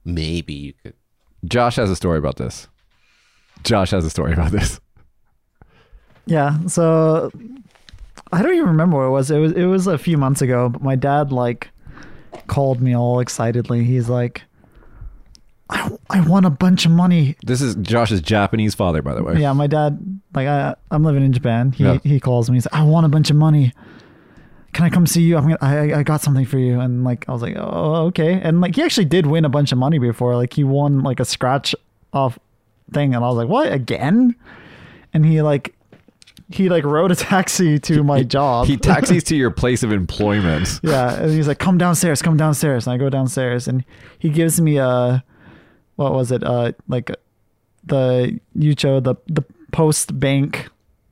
S2: maybe you could
S1: Josh has a story about this. Josh has a story about this.
S3: Yeah. So I don't even remember what it was. It was it was a few months ago. But my dad like called me all excitedly. He's like, I I won a bunch of money.
S1: This is Josh's Japanese father, by the way.
S3: Yeah, my dad like I I'm living in Japan. He
S1: Yeah.
S3: he calls me. He's like, I won a bunch of money. Can I come see you? I'm gonna, I I got something for you. And like I was like, oh okay. And like he actually did win a bunch of money before. Like he won like a scratch off thing, and I was like, what again? And he like he like rode a *laughs* taxi to my job.
S1: He taxis to
S3: *laughs*
S1: your place of employment.
S3: Yeah, and he's like, "Come downstairs, come downstairs." And I go downstairs, and he gives me a, what was it? Uh, like, the Yucho the the post bank,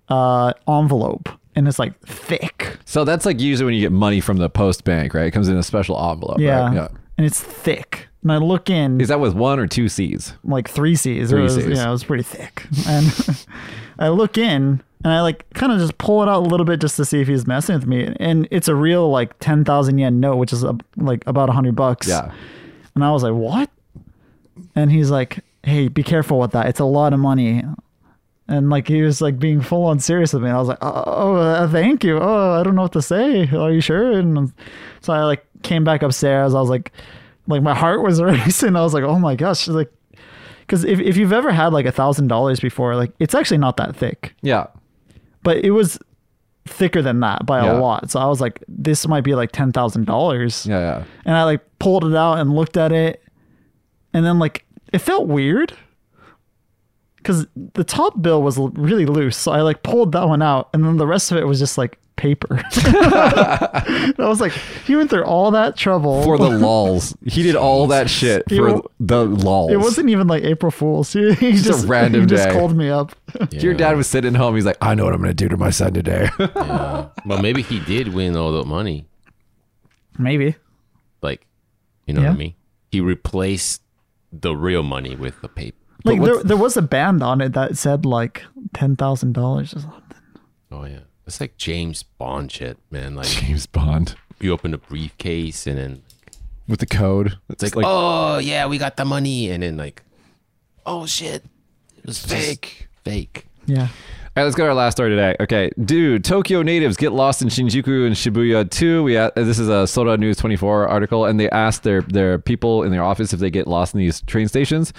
S3: uh, envelope, and it's like thick.
S1: So that's like usually when you get money from the post bank, right? It comes in a special envelope.
S3: Yeah,
S1: right? yeah.
S3: and it's thick, and I look in
S1: Is that with one or two C's?
S3: like three C's.
S1: Three
S3: it was,
S1: Cs.
S3: Yeah, it was pretty thick. And *laughs* I look in and I like kind of just pull it out a little bit just to see if he's messing with me. And it's a real like ten thousand yen note, which is uh, like about a hundred bucks.
S1: Yeah.
S3: And I was like, what? And he's like, hey, be careful with that. It's a lot of money. And like he was like being full on serious with me. And I was like, oh, oh, uh, thank you. Oh, I don't know what to say. Are you sure? And so I like came back upstairs. I was like, like my heart was *laughs* racing. I was like, oh my gosh. Like, because if, if you've ever had like a thousand dollars before, like it's actually not that thick,
S1: Yeah.
S3: but it was thicker than that by
S1: Yeah.
S3: a lot. So I was like, this might be like ten thousand dollars
S1: Yeah. Yeah.
S3: and I like pulled it out and looked at it, and then like it felt weird because the top bill was l- really loose, so I like pulled that one out, and then the rest of it was just like paper. *laughs* and I was like, he went through all that trouble
S1: For *laughs* the lols. He did all that shit
S3: It
S1: for
S3: wa-
S1: the lols.
S3: *laughs* It wasn't even like April Fools. *laughs* He, he just,
S1: random
S3: he just
S1: day.
S3: called
S1: *laughs*
S3: me up.
S1: Your dad was sitting home. He's like, I know what I'm going to do to my son today.
S2: But maybe he did win all the money.
S3: Maybe.
S2: Like, you know what
S3: Yeah.
S2: I mean? He replaced the real money with the paper.
S3: Like there,
S1: what's-
S3: there was a band on it that said like ten thousand dollars or something.
S2: Oh yeah, it's like James Bond shit, man.
S1: *laughs*
S2: Like *laughs*
S1: James Bond
S2: you open a briefcase and then
S1: with the code.
S2: it's like, oh yeah, we got the money, and then like, oh shit, it was fake, fake.
S3: Yeah.
S1: All right, let's go to our last story today. Okay, dude, Tokyo natives get lost in Shinjuku and Shibuya too. We a- this is a Soda News 24 article, and they asked their their people in their office if they get lost in these train stations,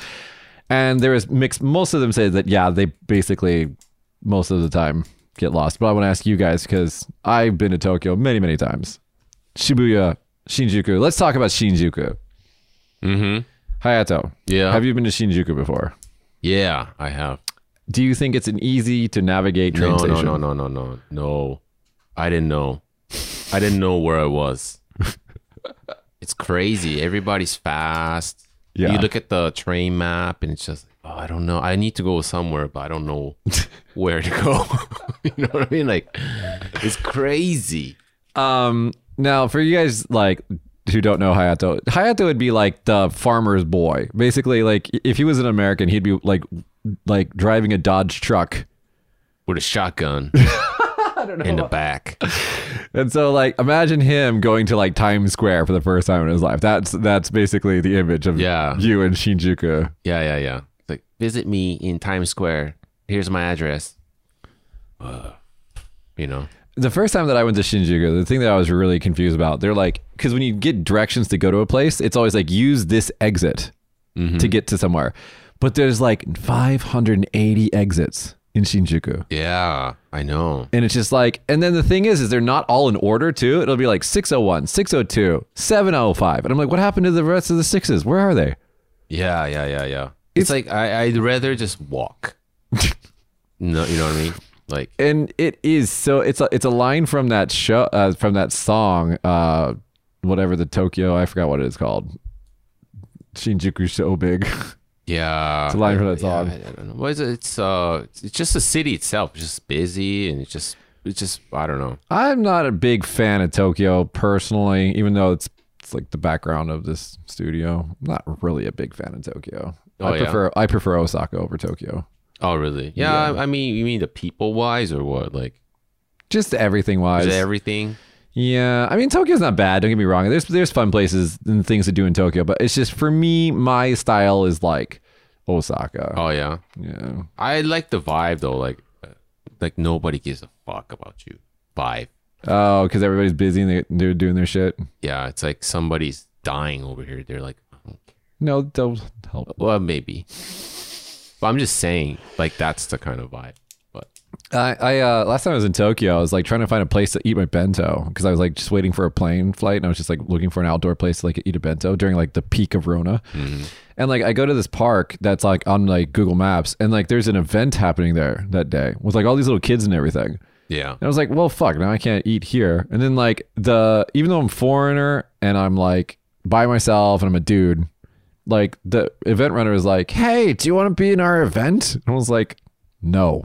S1: and there is mixed. Most of them say that yeah, they basically most of the time get lost. But I want to ask you guys because I've been to Tokyo many many times. Shibuya, Shinjuku. Let's talk about Shinjuku.
S2: Mm-hmm.
S1: Hayato,
S2: Yeah.
S1: have you been to Shinjuku before?
S2: Yeah, I have.
S1: Do you think it's an easy to navigate train
S2: No,
S1: station?
S2: no, no, no, no, no, no. I didn't know. I didn't know where I was. *laughs* it's crazy. Everybody's fast.
S1: Yeah.
S2: You look at the train map and it's just, oh, I don't know. I need to go somewhere, but I don't *laughs* know where to go. *laughs* you know what I mean? Like, it's crazy.
S1: Um, now for you guys like who don't know Hayato, Hayato would be like the farmer's boy. Basically, like if he was an American, he'd be like like driving a Dodge truck.
S2: With a *laughs* shotgun in the back.
S1: And so like imagine him going to like Times Square for the first time in his life. That's that's basically the image of
S2: Yeah.
S1: you and Shinjuku.
S2: Yeah, yeah, yeah. It's like, visit me in Times Square. Here's my address. Uh, you know?
S1: The first time that I went to Shinjuku, the thing that I was really confused about, they're like, because when you get directions to go to a place, it's always like use this exit to get to somewhere, but there's like 580 exits in Shinjuku.
S2: Yeah, I know.
S1: And it's just like, and then the thing is, is they're not all in order too. It'll be like 601, 602, 705. And I'm like, what happened to the rest of the sixes? Where are they?
S2: Yeah, yeah, yeah, yeah. It's, like I, I'd rather just walk. *laughs* no, you know what I mean? Like
S1: And it is so it's a it's a line from that show uh, from that song, uh, whatever the Tokyo, I forgot what it is called. Shinjuku so big.
S2: yeah, it's
S1: a line from that song.
S2: I, I don't know. What is it? It's uh, it's just the city itself. It's just busy and it's just it's just I don't know.
S1: *laughs* I'm not a big fan of Tokyo personally, even though it's it's like the background of this studio. I'm not really a big fan of Tokyo.
S2: Oh,
S1: I
S2: yeah?
S1: prefer I prefer Osaka over Tokyo.
S2: Oh really? Yeah, I, I mean, you mean the people wise or what? Like
S1: Just everything wise.
S2: is it everything?
S1: Yeah, I mean Tokyo's not bad. Don't get me wrong. There's there's fun places and things to do in Tokyo, but it's just for me, my style is like Osaka.
S2: Oh yeah,
S1: Yeah,
S2: I like the vibe though. Like uh, like nobody gives a fuck about you. Vibe.
S1: oh, because everybody's busy and they, they're doing their shit.
S2: Yeah, it's like somebody's dying over here. They're like, I don't care.
S1: No, don't help.
S2: Well, maybe. But I'm just saying, like that's the kind of vibe. But
S1: I, I uh, last time I was in Tokyo, I was like trying to find a place to eat my bento because I was like just waiting for a plane flight, and I was just like looking for an outdoor place to like eat a bento during like the peak of Rona. And like I go to this park that's like on like Google Maps, and like there's an event happening there that day with like all these little kids and everything.
S2: yeah,
S1: And I was like, well, fuck, now I can't eat here. And then like the even though I'm foreigner and I'm like by myself and I'm a dude, like the event runner is like, hey, do you want to be in our event? And I was like, no.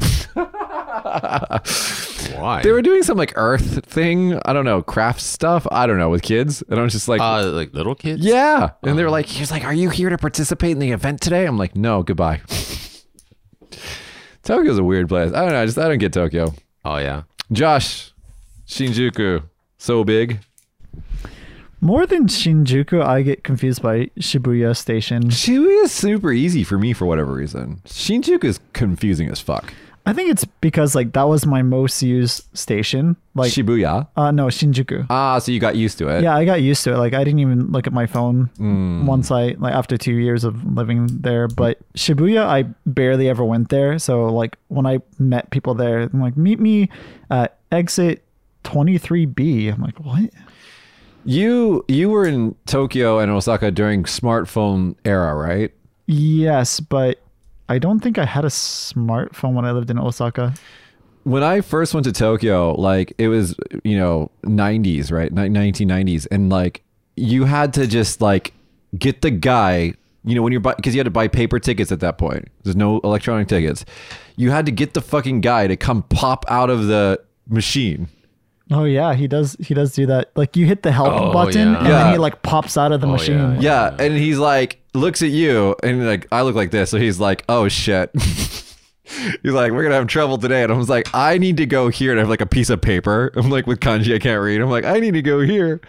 S2: Why?
S1: They were doing some like earth thing. I don't know, craft stuff. I don't know with kids, and I was just like,
S2: uh, like little kids.
S1: yeah. And they were like, he was like, are you here to participate in the event today? I'm like, no, goodbye. *laughs* Tokyo's a weird place. I don't know. I just I don't get Tokyo.
S2: Oh yeah.
S1: Josh, Shinjuku, so big.
S3: More than Shinjuku, I get confused by Shibuya Station.
S1: Shibuya is super easy for me for whatever reason. Shinjuku is confusing as fuck.
S3: I think it's because like that was my most used station. Like
S1: Shibuya.
S3: uh no, Shinjuku.
S1: Ah, so you got used to it.
S3: Yeah, I got used to it. Like I didn't even look at my phone once I like after 2 years of living there, but Shibuya I barely ever went there. So like when I met people there, I'm like meet me at exit 23B. I'm like, "What?"
S1: You you were in Tokyo and Osaka during smartphone era, right?
S3: Yes, but I don't think I had a smartphone when I lived in Osaka.
S1: when I first went to Tokyo, like it was, you know, 90s, right? Ni- 1990s. And like you had to just like get the guy, you know, when you're buying, because you had to buy paper tickets at that point. There's no electronic tickets. You had to get the fucking guy to come pop out of the machine.
S3: Oh yeah, he does. He does do that. Like you hit the help
S2: Oh,
S3: button,
S2: yeah.
S3: and
S1: Yeah.
S3: then he like pops out of the machine.
S2: yeah.
S1: Yeah. And he's like, looks at you and like, I look like this. So he's like, oh shit. *laughs* He's like, we're gonna have trouble today, and I was like, I need to go here and I have like a piece of paper. *laughs* I'm like with kanji, I can't read. I'm like, I need to go here,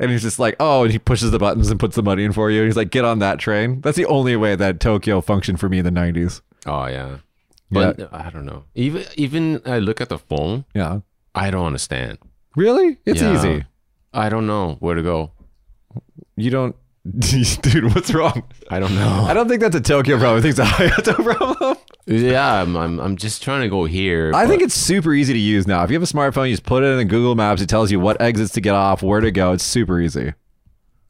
S1: and he's just like, oh, and he pushes the buttons and puts the money in for you. And he's like, get on that train. That's the only way that Tokyo functioned for me in the '90s.
S2: Oh yeah. But uh, I don't know. Even even I look at the phone.
S1: Yeah,
S2: I don't understand.
S1: really, it's
S2: Yeah.
S1: easy.
S2: I don't know where to go.
S1: You don't, *laughs* dude. What's wrong?
S2: I don't know.
S1: *laughs* I don't think that's a Tokyo problem. I think it's a Hayato *laughs* problem.
S2: yeah, I'm, I'm I'm just trying to go here.
S1: I
S2: but-
S1: think it's super easy to use now. If you have a smartphone, you just put it in Google Maps. It tells you what exits to get off, where to go. It's super easy.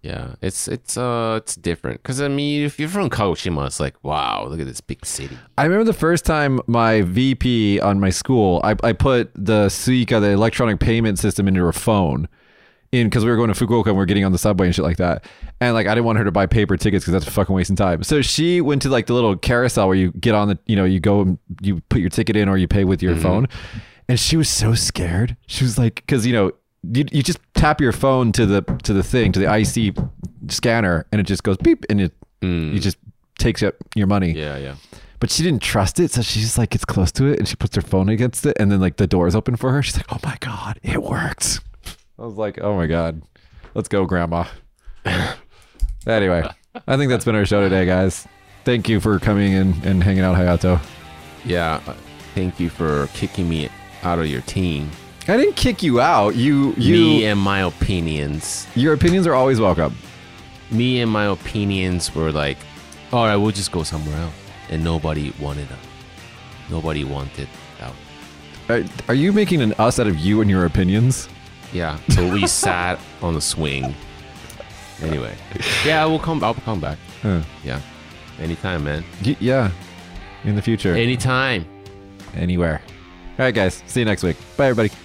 S2: yeah, it's it's uh it's different. Cause I mean, if you're from Kagoshima, it's like wow, look at this big city.
S1: I remember the first time my VP on my school, I, I put the Suica, the electronic payment system, into her phone, in because we were going to Fukuoka and we were getting on the subway and shit like that. And like I didn't want her to buy paper tickets because that's fucking wasting time. So she went to like the little carousel where you get on the, you know, you go and you put your ticket in or you pay with your phone. And she was so scared. She was like, because you know, you, you just tap your phone to the to the thing to the IC scanner and it just goes beep and it you just takes up your money
S2: Mm. Mm-hmm. Yeah, yeah.
S1: but she didn't trust it so she just like gets close to it and she puts her phone against it and then like the door is open for her she's like oh my god it worked i was like oh my god let's go grandma *laughs* anyway i think that's been our show today guys thank you for coming in and hanging out hayato
S2: Yeah, uh, thank you for kicking me out of your team.
S1: i didn't kick you out you
S2: me
S1: you
S2: and my opinions.
S1: your opinions are always welcome
S2: Me and my opinions were like, all right, we'll just go somewhere else, and nobody wanted that. Nobody wanted that.
S1: are, are you making an us out of you and your opinions
S2: Yeah, *laughs* so we sat on the swing. Anyway, yeah, we'll come. I'll come back.
S1: Huh.
S2: Yeah, anytime, man.
S1: Y- yeah in the future
S2: Anytime.
S1: anywhere all right guys see you next week bye everybody